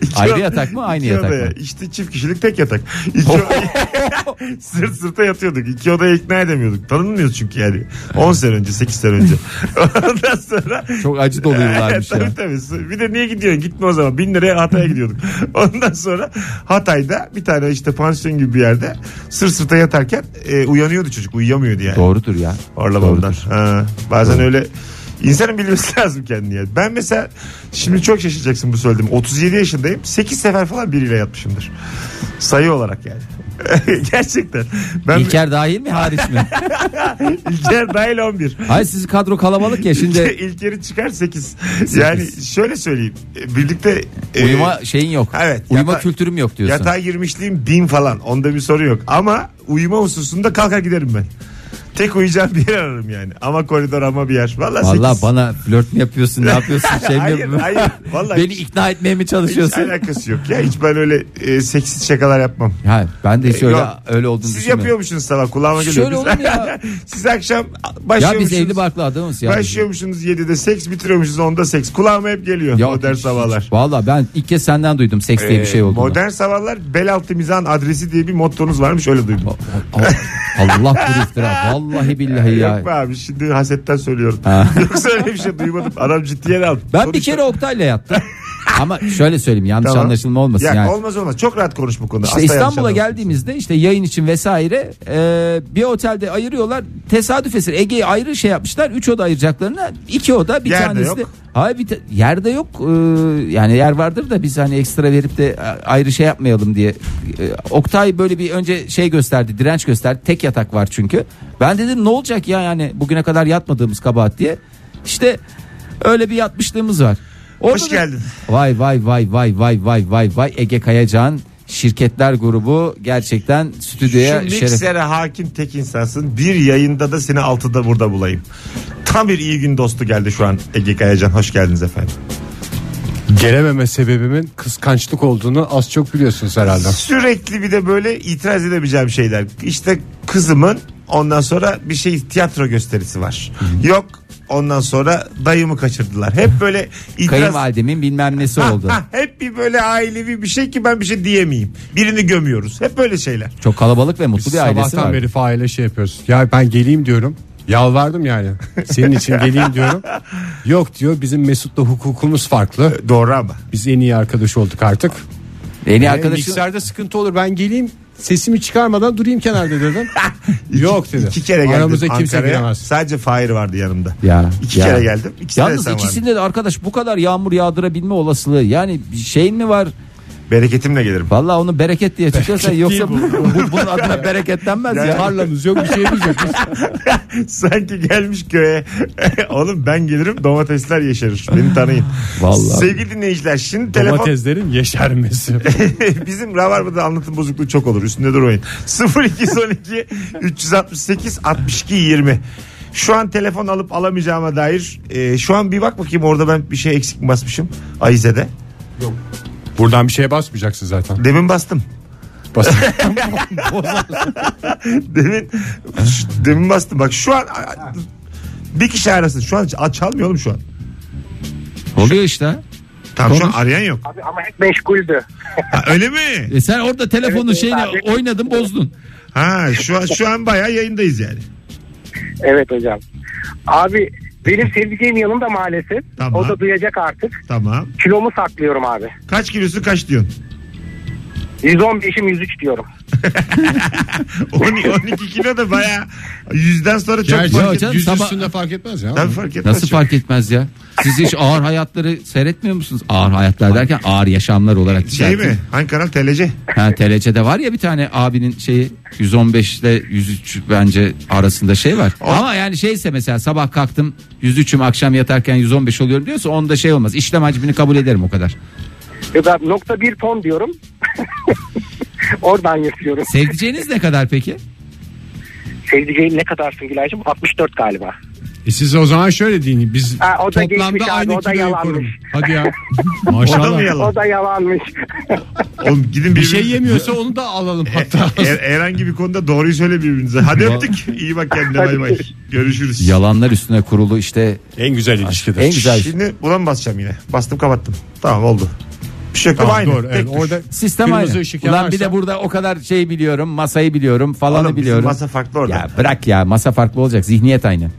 İki
Ayrı
oda-
yatak mı, aynı
iki
yatak
odaya.
mı? Oh.
İşte çift kişilik tek yatak. İki o- Sırt sırta yatıyorduk. İki odaya ikna edemiyorduk. Tanınmıyoruz çünkü yani. 10 sene önce 8 sene önce. Ondan sonra
Çok acı dolu yıllarmış ya.
tabii tabii. Bir de niye gidiyorsun? Gitme o zaman. Bin liraya Hatay'a gidiyorduk. Ondan sonra Hatay'da bir tane işte pansiyon gibi bir yerde sırt sırta yatarken e, uyanıyordu çocuk. Uyuyamıyordu yani.
Doğrudur ya.
Orlamamdan.
Doğrudur.
Ha, bazen öyle İnsanın bilmesi lazım kendini. yani. Ben mesela şimdi çok şaşıracaksın bu söylediğim. 37 yaşındayım. 8 sefer falan biriyle yatmışımdır. Sayı olarak yani. Gerçekten. Ben İlker,
İlker dahil mi hariç mi?
dahil 11.
Hayır sizin kadro kalabalık ya E
Şey,
şimdi
İlker'i çıkar 8. Yani şöyle söyleyeyim. E, Birlikte e,
uyuma şeyin yok.
Evet,
Uyuma
yatağa-
kültürüm yok diyorsun.
Yatağa girmişliğim bin falan. Onda bir soru yok. Ama uyuma hususunda kalkar giderim ben. Tek uyuyacağım bir yer ararım yani. Ama koridor ama bir yer. Valla
Vallahi
sekiz.
bana flört mü yapıyorsun ne yapıyorsun şey mi
Hayır,
yapıyorsun?
hayır, vallahi
Beni
hiç-
ikna etmeye mi
Hiç
çalışıyorsun?
alakası yok ya. Hiç ben öyle e, seksiz şakalar yapmam.
Hayır, ben de hiç
E,
öyle,
yok.
öyle olduğunu
Siz
düşünmüyorum.
yapıyormuşsunuz sabah kulağıma geliyor.
Şöyle
Biz-
olur mu ya?
Siz akşam
Ya biz
başlıyormuşsunuz.
evli barklı adamız ya.
başlıyormuşsunuz 7'de seks bitiriyormuşsunuz 10'da seks. Kulağıma hep geliyor
Ya
modern sabahlar.
Valla ben ilk kez senden duydum seks diye bir şey
Ee,
oldu.
Modern sabahlar bel altı mizahın adresi diye bir mottonuz varmış öyle duydum.
Oh, Allah kuruştur ha. Vallahi billahi
Yok be
ya.
abi şimdi hasetten söylüyorum. Yoksa öyle bir şey duymadım. Adam ciddiye aldı.
Ben
Sonuçta-
bir kere Oktay'la yattım. Ama şöyle söyleyeyim yanlış
Tamam.
anlaşılma olmasın
Ya
yani.
Olmaz olmaz. Çok rahat konuş bu konuda.
İşte
Asla yanlış
İstanbul'a
anlama.
geldiğimizde işte yayın için vesaire e, bir otelde ayırıyorlar. Tesadüf eseri Ege'yi ayrı şey yapmışlar. Üç oda ayıracaklarına iki oda bir
Yerde
tanesi de.
yok.
Hayır bir te- yerde yok. E, yani yer vardır da biz hani ekstra verip de a- ayrı şey yapmayalım diye. E, Oktay böyle bir önce şey gösterdi direnç gösterdi. Tek yatak var çünkü. Ben dedim ne olacak ya yani bugüne kadar yatmadığımız kabahat diye. İşte öyle bir yatmışlığımız var.
Hoş
da-
geldin.
Vay vay vay vay vay vay vay vay Ege Kayacan şirketler grubu gerçekten stüdyoya
Şu
şeref.
miksere hakim tek insansın. Bir yayında da seni altıda burada bulayım. Tam bir iyi gün dostu geldi şu an Ege Kayacan. Hoş geldiniz efendim.
Gelememe sebebimin kıskançlık olduğunu az çok biliyorsunuz herhalde.
Sürekli bir de böyle itiraz edebileceğim şeyler. İşte kızımın ondan sonra bir şey tiyatro gösterisi var. Yok ondan sonra dayımı kaçırdılar. Hep böyle itiraz
Kayınvalidemin bilmem nesi
Ha,
oldu.
ha, hep bir böyle ailevi bir şey ki ben bir şey diyemeyeyim. Birini gömüyoruz. Hep böyle şeyler.
Çok kalabalık ve mutlu
Biz
bir ailesi
sabahtan
var.
beri faile şey yapıyoruz. Ya ben geleyim diyorum. Yalvardım yani. Senin için geleyim diyorum. Yok diyor bizim Mesut'la hukukumuz farklı.
Doğru ama.
Biz en iyi arkadaş olduk artık.
Yeni
Yani
arkadaşım
Mikserde sıkıntı olur ben geleyim sesimi çıkarmadan durayım kenarda dedim. Yok dedi.
İki kere geldim
Aramıza kimse
Ankara'ya.
giremez.
Sadece Fahir vardı yanımda.
Ya,
İki
ya.
kere geldim. İkisine de
Yalnız
sen vardın.
ikisinde de arkadaş bu kadar yağmur yağdırabilme olasılığı yani bir şeyin mi var?
Bereketimle gelirim.
Vallahi onu bereket diye tutuyorsan yoksa bu,
değil
bu- bunun adına bereket denmez
Yani-
ya.
Tarlamız yok bir şeyimiz yok.
Sanki gelmiş köye. Oğlum ben gelirim domatesler yeşerir. Beni tanıyın.
Vallahi.
Sevgili dinleyiciler şimdi telefon...
Domateslerin yeşermesi.
Bizim Rabarba'da anlatım bozukluğu çok olur. Üstünde durmayın. 0212 368 62 20. Şu an telefon alıp alamayacağıma dair e, şu an bir bak bakayım orada ben bir şey eksik mi basmışım Ayize'de.
Buradan bir şeye basmayacaksın zaten.
Demin bastım.
Bas.
Demin demin bastım. Bak şu an bir kişi arasın. Şu an aç çalmıyor oğlum şu an.
Oluyor işte.
Tamam şu an arayan yok.
Abi ama hep meşguldü.
Ha, öyle mi?
E sen orada telefonun
Evet,
şeyini
abi.
oynadın bozdun.
Ha şu an şu an bayağı yayındayız yani.
Evet hocam. Abi benim sevdiceğim yanımda maalesef.
Tamam.
O da duyacak artık.
Tamam.
Kilomu saklıyorum abi.
Kaç kilosu kaç diyorsun?
115'im 103 diyorum.
12, 12 kilo da bayağı yüzden sonra çok
Gerçi
fark
fark
etmez.
yüz
Sabah-
üstünde fark etmez ya.
Tabii fark etmez.
Nasıl
Çok-
fark etmez ya? Siz hiç ağır hayatları seyretmiyor musunuz? Ağır hayatlar derken ağır yaşamlar olarak.
Şey
düzeltin.
mi? Hangi kanal? TLC.
Ha TLC'de var ya bir tane abinin şeyi 115 ile 103 bence arasında şey var. Ama yani şeyse mesela sabah kalktım 103'üm akşam yatarken 115 oluyorum diyorsa onda şey olmaz. İşlem hacmini kabul ederim o kadar.
Ya da nokta bir ton diyorum. Oradan yapıyorum.
Sevdiceğiniz ne kadar peki?
Sevdiceğin ne kadarsın Gülay'cığım? 64 galiba.
E siz o zaman şöyle deyin. Biz
Ha, o da geçmiş
toplamda
abi,
aynı
o da
kiloyu
yalanmış.
korum. Hadi ya.
O da mı
Maşallah.
yalan?
O da yalanmış.
Oğlum gidin
Bir şey
birbirinize-
yemiyorsa onu da alalım hatta.
Her- herhangi bir konuda doğruyu söyle birbirinize. Hadi öptük. İyi bak kendine bay bay. Görüşürüz.
Yalanlar üstüne kurulu işte
en güzel ilişkidir.
en güzel
Şimdi buna mı basacağım yine? Bastım kapattım. Tamam oldu. Bir şey yok
Tamam,
aynı.
doğru. Evet,
Tek tuş.
orada
sistem
kırmızı
aynı.
ışık
Ulan
yanarsa
bir de burada o kadar şey biliyorum masayı biliyorum falanı
Oğlum, bizim
biliyorum.
masa farklı orada.
Ya bırak ya masa farklı olacak zihniyet aynı.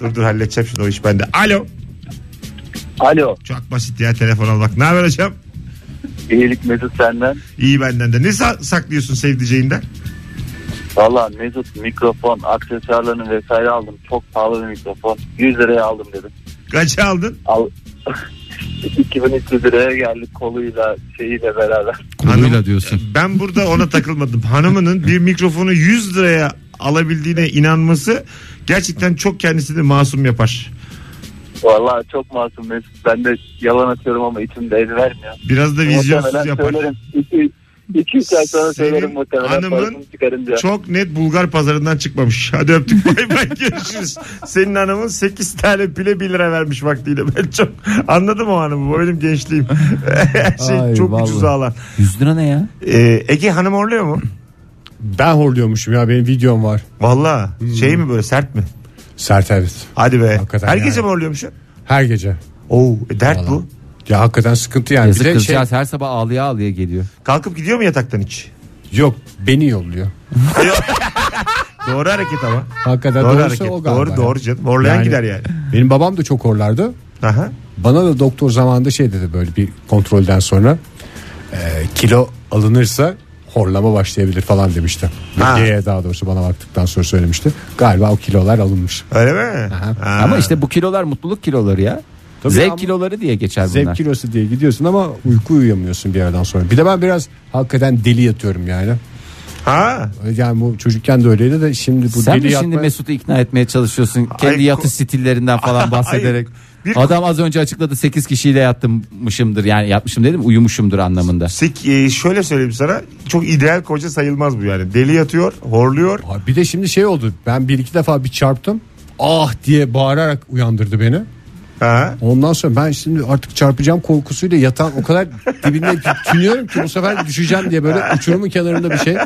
Dur dur halledeceğim şimdi o iş bende. Alo.
Alo.
Çok basit ya telefon almak. Ne haber hocam?
İyilik Mesut senden.
İyi benden de. Ne sa- saklıyorsun sevdiceğinden?
Valla Mesut mikrofon, aksesuarlarını vesaire aldım. Çok pahalı bir mikrofon. 100 liraya aldım dedim.
Kaça aldın?
Al... 2300 liraya geldik koluyla şeyiyle beraber.
Hanım-
Konuyla diyorsun.
Ben burada ona takılmadım. Hanımının bir mikrofonu 100 liraya alabildiğine inanması gerçekten çok kendisini masum yapar.
Valla çok masum Mesut. Ben de yalan atıyorum ama içimde el vermiyor.
Biraz da vizyonsuz
Muhtemelen
yapar.
Söylerim. İki, iki üç ay sonra
Senin
söylerim muhtemelen.
hanımın
Parasını çıkarınca.
Çok net Bulgar pazarından çıkmamış. Hadi öptük bay bay görüşürüz. Senin hanımın 8 tane pile 1 lira vermiş vaktiyle. Ben çok anladım o hanımı. Bu benim gençliğim. Her şey
Ay,
çok
vallahi.
ucuz ağlar.
100 lira ne ya?
Ee, Ege hanım orluyor mu?
Ben horluyormuşum ya benim videom var.
Valla şey mi böyle sert mi?
Sert evet.
Hadi be.
Hmm. Hakikaten
Her
yani.
gece mi orluyormuşsun?
Her gece.
Oo, e, dert bu.
Ya hakikaten sıkıntı yani.
Yazık
Bir de şey,
kızcağız her sabah ağlaya ağlaya geliyor.
Kalkıp gidiyor mu yataktan hiç?
yok beni yolluyor.
Doğru hareket ama.
Hakikaten
Doğru
doğrusu
hareket.
o galiba.
Doğru
ya.
doğru canım. Orlayan
Yani-
gider yani.
Benim babam da çok horlardı.
Aha.
Bana da doktor zamanında şey dedi böyle bir kontrolden sonra e, kilo alınırsa horlama başlayabilir falan demişti.
Ha.
Bilge'ye daha doğrusu bana baktıktan sonra söylemişti. Galiba o kilolar alınmış.
Öyle mi? Ha.
Ama işte bu kilolar mutluluk kiloları ya.
Tabii
zevk
ama-
kiloları diye geçer bunlar.
Zevk kilosu diye gidiyorsun ama uyku uyuyamıyorsun bir yerden sonra. Bir de ben biraz hakikaten deli yatıyorum yani.
Ha.
Yani bu çocukken de öyleydi de şimdi bu
Sen mi
deli
şimdi
yatma...
Mesut'u ikna etmeye çalışıyorsun? Kendi
ko-
yatış stillerinden falan bahsederek.
bir-
Adam az önce açıkladı 8 kişiyle yatmışımdır. Yani yatmışım dedim uyumuşumdur anlamında.
Sik, e, şöyle söyleyeyim sana. Çok ideal koca sayılmaz bu yani. Deli yatıyor, horluyor.
Abi Bir de şimdi şey oldu ben bir iki defa bir çarptım. Ah diye bağırarak uyandırdı beni.
Ha.
Ondan sonra ben şimdi artık çarpacağım korkusuyla yatan o kadar dibinde tünüyorum ki bu sefer düşeceğim diye böyle uçurumun kenarında bir şey.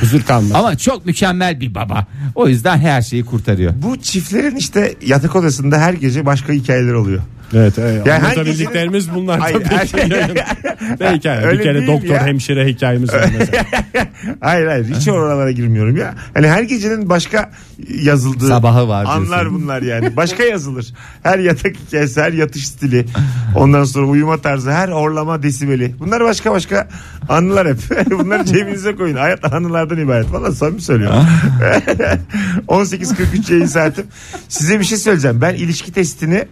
Huzur kalmadı.
Ama çok mükemmel bir baba. O yüzden her şeyi kurtarıyor.
Bu çiftlerin işte yatak odasında her gece başka hikayeler oluyor.
Evet, evet.
Yani
anlatabildiklerimiz bunlar
Hayır,
tabii ki. Ne hikaye?
Öyle
bir kere
değil
doktor
ya.
hemşire hikayemiz var mesela.
Hayır hayır hiç oralara girmiyorum ya. Hani her gecenin başka yazıldığı
Sabahı var
Anlar
diyorsun.
bunlar yani. Başka yazılır. Her yatak hikayesi, her yatış stili. Ondan sonra uyuma tarzı, her horlama desibeli. Bunlar başka başka anılar hep. Bunları cebinize koyun. Hayat anılardan ibaret. Valla samimi söylüyorum. 18.43 yayın saatim. Size bir şey söyleyeceğim. Ben ilişki testini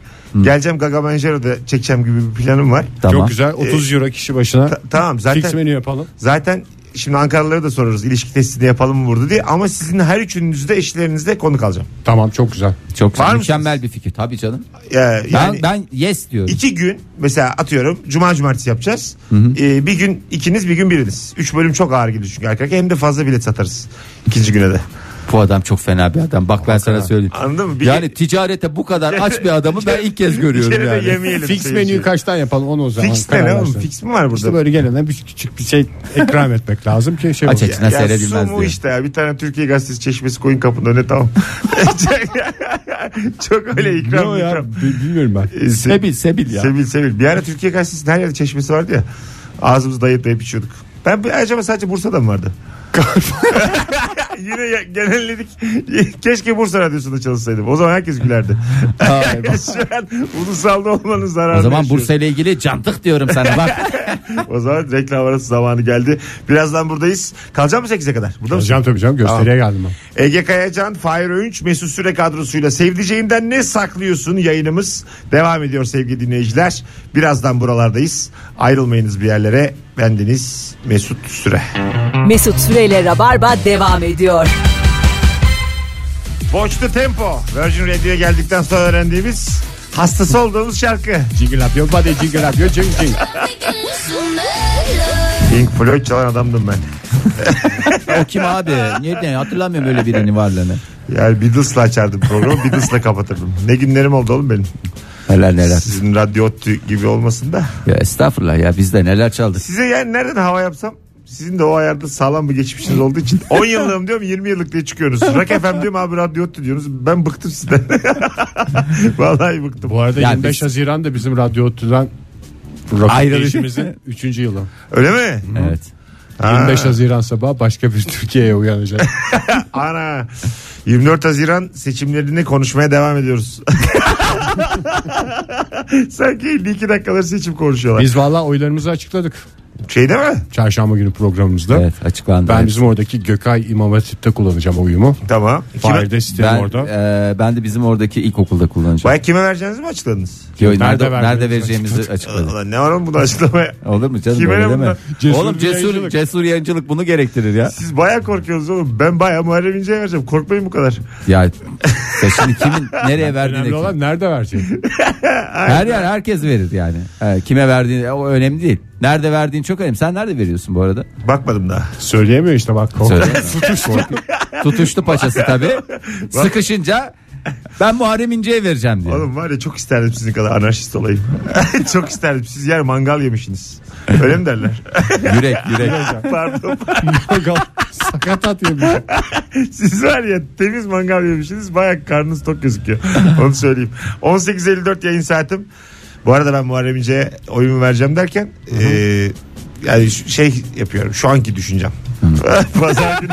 geleceğim Gaga Manjaro'da çekeceğim gibi bir planım var.
Tamam.
Çok güzel 30 euro kişi başına.
Tamam
Fix
zaten
menü yapalım.
Zaten şimdi Ankaralılara da sorarız ilişki testini yapalım mı burada diye. Ama sizin her üçünüzde eşlerinizde konuk alacağım.
Tamam çok güzel.
Çok
Var
güzel.
mısınız?
Mükemmel bir fikir. Tabii canım.
Ee, yani
ben, ben yes diyorum.
iki gün mesela atıyorum cuma cumartesi yapacağız. Ee, bir gün ikiniz bir gün biriniz. Üç bölüm çok ağır gelir çünkü erkek hem de fazla bilet satarız ikinci güne de.
Bu adam çok fena bir adam. Bak ben sana söyleyeyim.
Anladın mı? Bir-
Yani ticarete bu kadar aç bir adamı ben ilk kez görüyorum
Bir kere de
yani.
yemeyelim
Fix
seyirciye.
menüyü kaçtan yapalım onu o zaman.
Fix
karar
de ne oğlum?
versin.
Fix mi var burada?
İşte böyle gelene bir küçük bir şey ikram etmek lazım ki şey
Aç
olsun.
açına
ya su
seyredilmez
mu
diyor.
işte ya. Bir tane Türkiye Gazetesi çeşmesi koyun kapında ne tamam. çok öyle
Ne o
ikram
ya?
ikram.
Bil- Bilmiyorum ben.
Ee, se-
Sebil sebil ya.
Sevil sevil. Bir ara Türkiye gazetesinde her yerde çeşmesi vardı ya. Ağzımızı dayayıp dayayıp içiyorduk. Ben bu- acaba sadece Bursa'da mı vardı? Yine ya- genelledik. Keşke Bursa Radyosu'nda çalışsaydım. O zaman herkes gülerdi. Şu an ulusalda olmanın zararını
O zaman
yaşıyoruz.
Bursa ile ilgili cantık diyorum sana bak.
O zaman reklam arası zamanı geldi. Birazdan buradayız. Kalacak mı 8'e kadar? Burada mısın?
Hocam tabii canım gösteriye geldim ben.
Ege Kayacan, Fahir Öğünç, Mesut Süre kadrosuyla sevdiceğinden ne saklıyorsun yayınımız devam ediyor sevgili dinleyiciler. Birazdan buralardayız. Ayrılmayınız bir yerlere. Bendeniz Mesut Süre.
Mesut Süreyle Rabarba devam ediyor.
Boşlu Tempo. Virgin Radio'ya geldikten sonra öğrendiğimiz hastası olduğumuz şarkı.
Jiggle up your body, jiggle up your jing jing.
Pink Floyd çalan adamdım ben.
o kim abi? Nereden? Hatırlamıyorum öyle birinin varlığını.
Yani Beatles'la açardım programı Beatles'la kapatırdım. Ne günlerim oldu oğlum benim.
Neler neler.
Sizin radyo Ottu gibi olmasın da.
Ya estağfurullah ya biz de neler çaldık.
Size yani nereden hava yapsam sizin de o ayarda sağlam bir geçmişiniz olduğu için 10 yıllığım diyorum 20 yıllık diye çıkıyorsunuz. Rock FM diyorum abi radyo Ottu diyorsunuz. Ben bıktım sizden. Vallahi bıktım.
Bu arada
Yani
25
biz-
Haziran'da bizim Radyo Otlu'dan Ayrılışımızın 3. yılı.
Öyle mi?
Evet.
25 Haziran sabahı başka bir Türkiye'ye uyanacak.
Ana. 24 Haziran seçimlerini konuşmaya devam ediyoruz. Sanki 52 dakikaları seçim konuşuyorlar.
Biz valla oylarımızı açıkladık.
Şeyde mi?
Çarşamba günü programımızda.
Evet açıklandı.
Ben bizim oradaki Gökay İmam Hatip'te kullanacağım oyumu.
Tamam. Kime,
Fahir de sitenin
ben,
orada.
e, ben de bizim oradaki ilkokulda kullanacağım.
Baya kime vereceğinizi mi açıkladınız?
Yo,
Nerede
nerede, nerede,
verdiğimizi
vereceğimizi açıkladım.
Ulan ne var oğlum bunu açıklamaya?
Olur mu canım
Kime ne
öyle deme.
bundan?
Cesur
Oğlum
bir
cesur,
yayıncılık.
cesur yayıncılık bunu gerektirir ya.
Siz baya korkuyorsunuz oğlum. Ben baya Muharrem İnce'ye vereceğim. Korkmayın bu kadar.
Ya, ya şimdi kimin nereye
Önemli
verdiğine
olan nerede verecek?
Her yer herkes verir yani. Ee, kime verdiğin o önemli değil. Nerede verdiğin çok önemli. Sen nerede veriyorsun bu arada?
Bakmadım daha.
Söyleyemiyor işte bak.
Söyle.
Tutuştu.
Tutuştu paçası tabii. Sıkışınca ben Muharrem İnce'ye vereceğim diyor.
Oğlum var ya çok isterdim sizin kadar anarşist olayım. çok isterdim. Siz yer mangal yemişsiniz. Öyle mi derler?
Yürek yürek.
Pardon.
Sakat atıyor. bizi.
Siz var ya temiz mangal yemişsiniz. Baya karnınız tok gözüküyor. Onu söyleyeyim. 18.54 yayın saatim. Bu arada ben Muharrem İnce'ye oyumu vereceğim derken... eee, yani ş- şey yapıyorum şu anki düşüncem. pazar günü,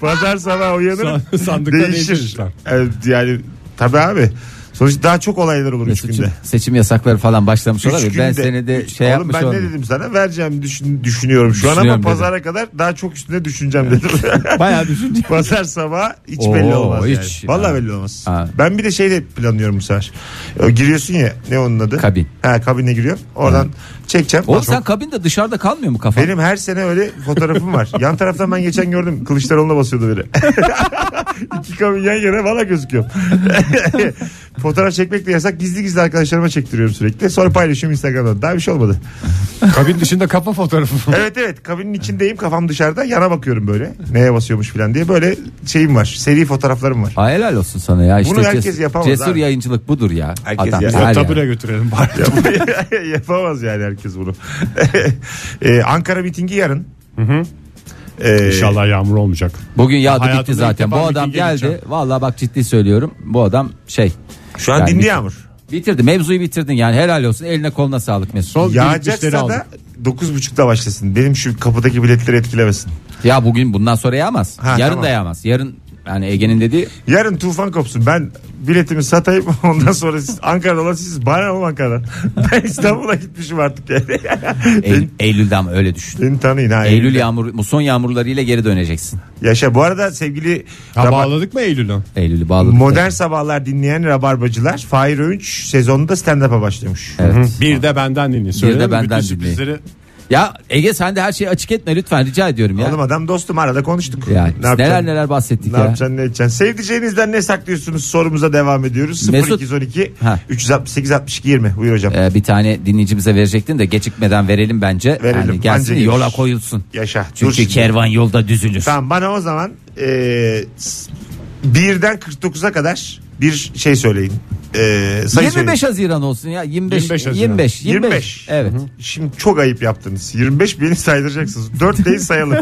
pazar sabah uyanırım.
San- sandıkta değişir
değişir.
işler.
Evet, yani tabii abi. Sonuçta daha çok olaylar olur üç
Mesut'cum
günde.
seçim yasakları falan başlamış
Üç
olabilir. Ben
günde.
seni de
Üç-
şey
Oğlum
yapmış
ben ne
olmayayım.
dedim sana vereceğim düşün, düşünüyorum şu an ama
Düşünüyorum dedim.
pazara kadar daha çok üstüne düşüneceğim dedim.
Bayağı düşünce.
Pazar sabah hiç
Oo,
belli olmaz
hiç.
yani. Vallahi
Ha.
belli olmaz.
Ha.
Ben bir de şey de planlıyorum bu sefer. O Giriyorsun ya ne onun adı?
Kabin.
Ha kabine giriyorum. Oradan çekeceğim.
Oğlum
Çok-
sen kabinde dışarıda kalmıyor mu kafan?
benim her sene öyle fotoğrafım var. Yan taraftan ben geçen gördüm. Kılıçdaroğlu'na basıyordu biri. İki kabin yan yana valla gözüküyor. Fotoğraf çekmek de yasak. Gizli gizli arkadaşlarıma çektiriyorum sürekli. Sonra paylaşıyorum Instagram'da. Daha bir şey olmadı.
Kabin dışında kafa fotoğrafı.
Evet evet kabinin içindeyim kafam dışarıda yana bakıyorum böyle neye basıyormuş falan diye böyle şeyim var seri fotoğraflarım var.
Aa, helal olsun sana ya. İşte
Bunu herkes
ces-
yapamaz
Cesur
abi.
yayıncılık budur ya.
Herkes
Adam,
yapamaz.
her yer.
Tabure götürelim bari.
Yapamaz yani herkes bunu. Ee, Ankara mitingi yarın. Ee,
İnşallah yağmur olmayacak.
Bugün yağdı
Hayatımda
bitti
ilk
zaten. Bu
defa
adam
mitinge
geldi.
gideceğim.
Vallahi bak ciddi söylüyorum. Bu adam şey.
Şu an
Yani
dindi
bir-
yağmur.
Bitirdi. Mevzuyu bitirdin yani. Helal olsun. Eline koluna sağlık Mesut.
Son
Yağacaksa
birikmişleri aldık.
da 9.30'da başlasın. Benim şu kapıdaki biletleri etkilemesin.
Ya bugün bundan sonra yağmaz.
Ha,
Yarın
tamam.
da yağmaz. Yarın yani Ege'nin dediği
Yarın tufan kopsun. Ben biletimi satayım ondan sonra siz Ankara'da olan siz bana olun Ankara'dan. Ben İstanbul'a gitmişim artık yani.
Eylül,
beni,
Eylül'de ama öyle düşün.
beni tanıyın ha.
Eylül yağmur, muson yağmurlarıyla geri döneceksin.
Yaşa. Bu arada sevgili
Ha,
Rabar-
bağladık mı Eylül'ü?
Eylül'ü bağladık.
Modern sabahlar dinleyen rabarbacılar Fahir Öğünç sezonunda stand-up'a başlamış.
Evet.
Bir de benden dinleyin. Söyleyelim
de benden
bütün sürprizleri
Ya Ege sen de her şeyi açık etme lütfen rica ediyorum ya.
Oğlum adam dostum arada konuştuk.
ya biz neler
yapacaksın?
neler bahsettik
Ne
ya.
yapacaksın ne edeceksin? Sevdiceğinizden ne saklıyorsunuz sorumuza devam ediyoruz.
Mesut-
0212
Ha.
368 62 20 buyur hocam.
Ee, bir tane dinleyicimize verecektin de gecikmeden verelim bence.
Verelim,
Yani gelsin
bence
de yola
gelir.
koyulsun.
Yaşa. dur
Çünkü
şimdi.
kervan yolda düzülür.
Tamam bana o zaman e, s- 1'den 49'a kadar bir şey söyleyin. E, sayı
25
söyleyin.
Haziran olsun ya. 25
25 Haziran.
25 25.
25.
Evet.
Şimdi çok ayıp yaptınız. 25 beni saydıracaksınız. 4 deyin sayalım.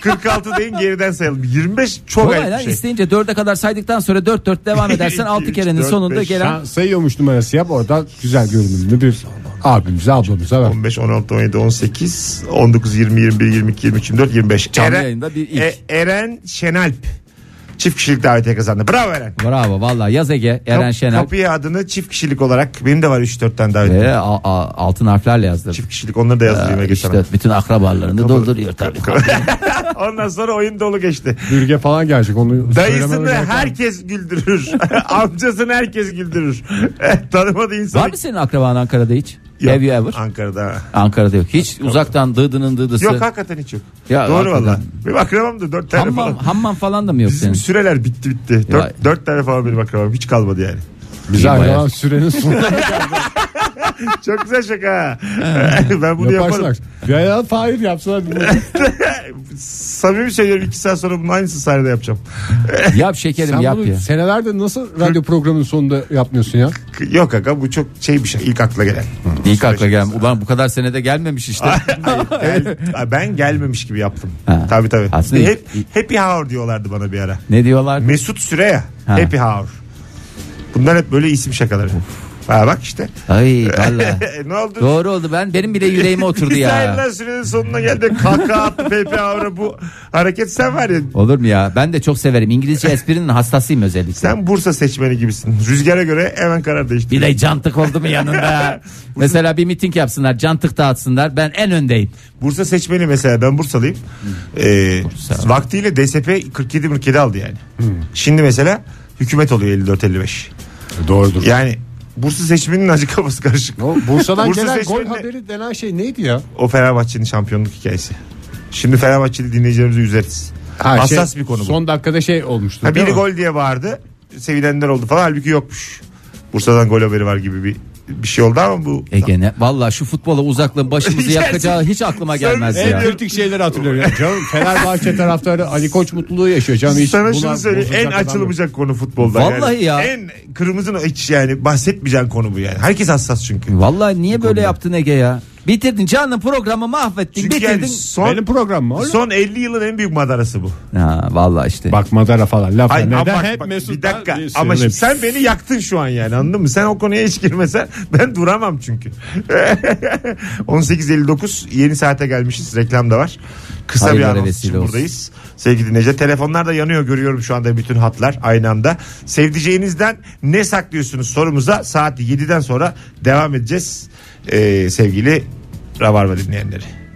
46 deyin geriden sayalım. 25 çok
Kolay
ayıp
lan
bir şey.
isteyince 4'e kadar saydıktan sonra 4 4 devam edersen
İki,
6
üç,
kerenin
dört,
sonunda
beş.
gelen
Sen sayıyormuş numarası yap oradan güzel görünümlü bir abimize ablamıza ver.
15, 16, 17, 18, 19, 20, 21, 22, 23, 24, 25.
Canlı yayında bir ilk.
E, Eren Şenalp çift kişilik davetiye kazandı. Bravo Eren.
Bravo valla yaz Ege Eren
Kap-
Şener.
Kapıya adını çift kişilik olarak benim de var 3-4 tane davetiye.
Ve a- a- altın harflerle yazdı.
Çift kişilik onları da yazdırayım. Ege sana.
İşte bütün akrabalarını dolduruyor tabii.
Ondan sonra oyun dolu geçti.
Bürge falan gelecek onu
Dayısını
gerek yok.
herkes güldürür. Amcasını herkes güldürür. Tanımadığı insan.
Var mı senin akraban Ankara'da hiç? Have you ever?
Ankara'da.
Ankara'da yok. Hiç uzaktan dıdının dıdısı.
Yok hakikaten hiç yok.
Ya,
Doğru
hakikaten.
valla. Benim akrabam da dört tane
Hammam,
falan.
hammam falan da mı yok
Bizim
senin?
süreler bitti bitti. Dört, dört tane falan benim akrabam. Hiç kalmadı yani.
Bize
İyi
ayrılan
bayağı.
sürenin sonunda
Çok güzel şaka. ben bunu yaparım.
yaparsak. Ya ya Fahir yapsalar.
Samimi söylüyorum iki saat sonra bunun aynısını sahnede yapacağım.
Yap şekerim
Sen
yap
bunu
ya.
senelerde nasıl radyo programının sonunda yapmıyorsun ya?
Yok aga bu çok şey bir şey. İlk akla gelen.
İlk akla gelme. Ulan bu kadar senede gelmemiş işte.
Gel- ben gelmemiş gibi yaptım.
Ha.
Tabii tabii.
Aslında-
Hep, happy hour diyorlardı bana bir ara.
ne diyorlar?
Mesut Süre ya.
Ha.
Happy hour. Bunlar hep böyle isim şakaları. Ha bak işte. E,
Ay valla.
ne oldu?
Doğru oldu ben benim bile yüreğime oturdu
Biz
ya.
ayrılan sürenin sonuna geldi. Kahkaha attı Pepe Avra bu hareket sen var ya.
Olur mu ya? Ben de çok severim. İngilizce esprinin hastasıyım özellikle.
Sen Bursa seçmeni gibisin. Rüzgara göre hemen karar
Bir
değiştirdin.
de cantık oldu mu yanında? Mesela bir miting yapsınlar, cantık dağıtsınlar. Ben en öndeyim.
Bursa seçmeni mesela ben Bursalıyım. Ee, Vaktiyle DSP 47 47 aldı yani. Şimdi mesela hükümet oluyor 54-55.
Doğrudur.
Yani Bursa seçmeninin acı kafası karışık.
O Bursa'dan
Bursa
gelen gol
seçmenine-
haberi denen şey neydi ya?
O Fenerbahçe'nin şampiyonluk hikayesi. Şimdi Fenerbahçeli dinleyicilerimizi üzeriz.
Ha, şey,
Hassas bir konu bu.
Son dakikada şey olmuştu.
Ha,
değil
biri
mi?
gol diye bağırdı. Sevilenler oldu falan. Halbuki yokmuş. Bursa'dan gol haberi var gibi bir bir şey oldu ama bu
Ege ne? Valla E şu futbola uzaklığın başımızı yakacağı hiç aklıma gelmez
Sen-
ya.
Evet.
En kritik şeyleri hatırlıyorum. ya. Canım Fenerbahçe taraftarı Ali Koç mutluluğu yaşıyor. Canım hiç
Sana
buna
şunu söyleyeyim en
bozulacak adam yok.
açılmayacak konu futbolda.
Vallahi
yani.
ya.
En kırmızı no- hiç yani bahsetmeyeceğin konu bu yani. Herkes hassas çünkü.
Valla niye böyle yaptın Ege ya? Bitirdin canım programı mahvettin.
Çünkü
bitirdin.
yani son,
Benim programım mı? oğlum?
son 50 yılın en büyük madarası bu.
Ha, valla işte.
Bak Madara falan laf.
Ay,
Neden
ama bak,
hep
bak,
Mesut
bir dakika
Özil
ama şimdi
sinirlenmiş?
sen beni yaktın şu an yani anladın mı? Sen o konuya hiç girmesen ben duramam çünkü. 18.59 yeni saate gelmişiz reklam da var. Kısa
Hayırlara
bir anons
vesile
için
olsun.
buradayız. Sevgili dinleyiciler telefonlar da yanıyor görüyorum şu anda bütün hatlar aynı anda. Sevdiceğinizden ne saklıyorsunuz sorumuza saat 7'den sonra devam edeceğiz. Ee, sevgili Rabarba dinleyenleri.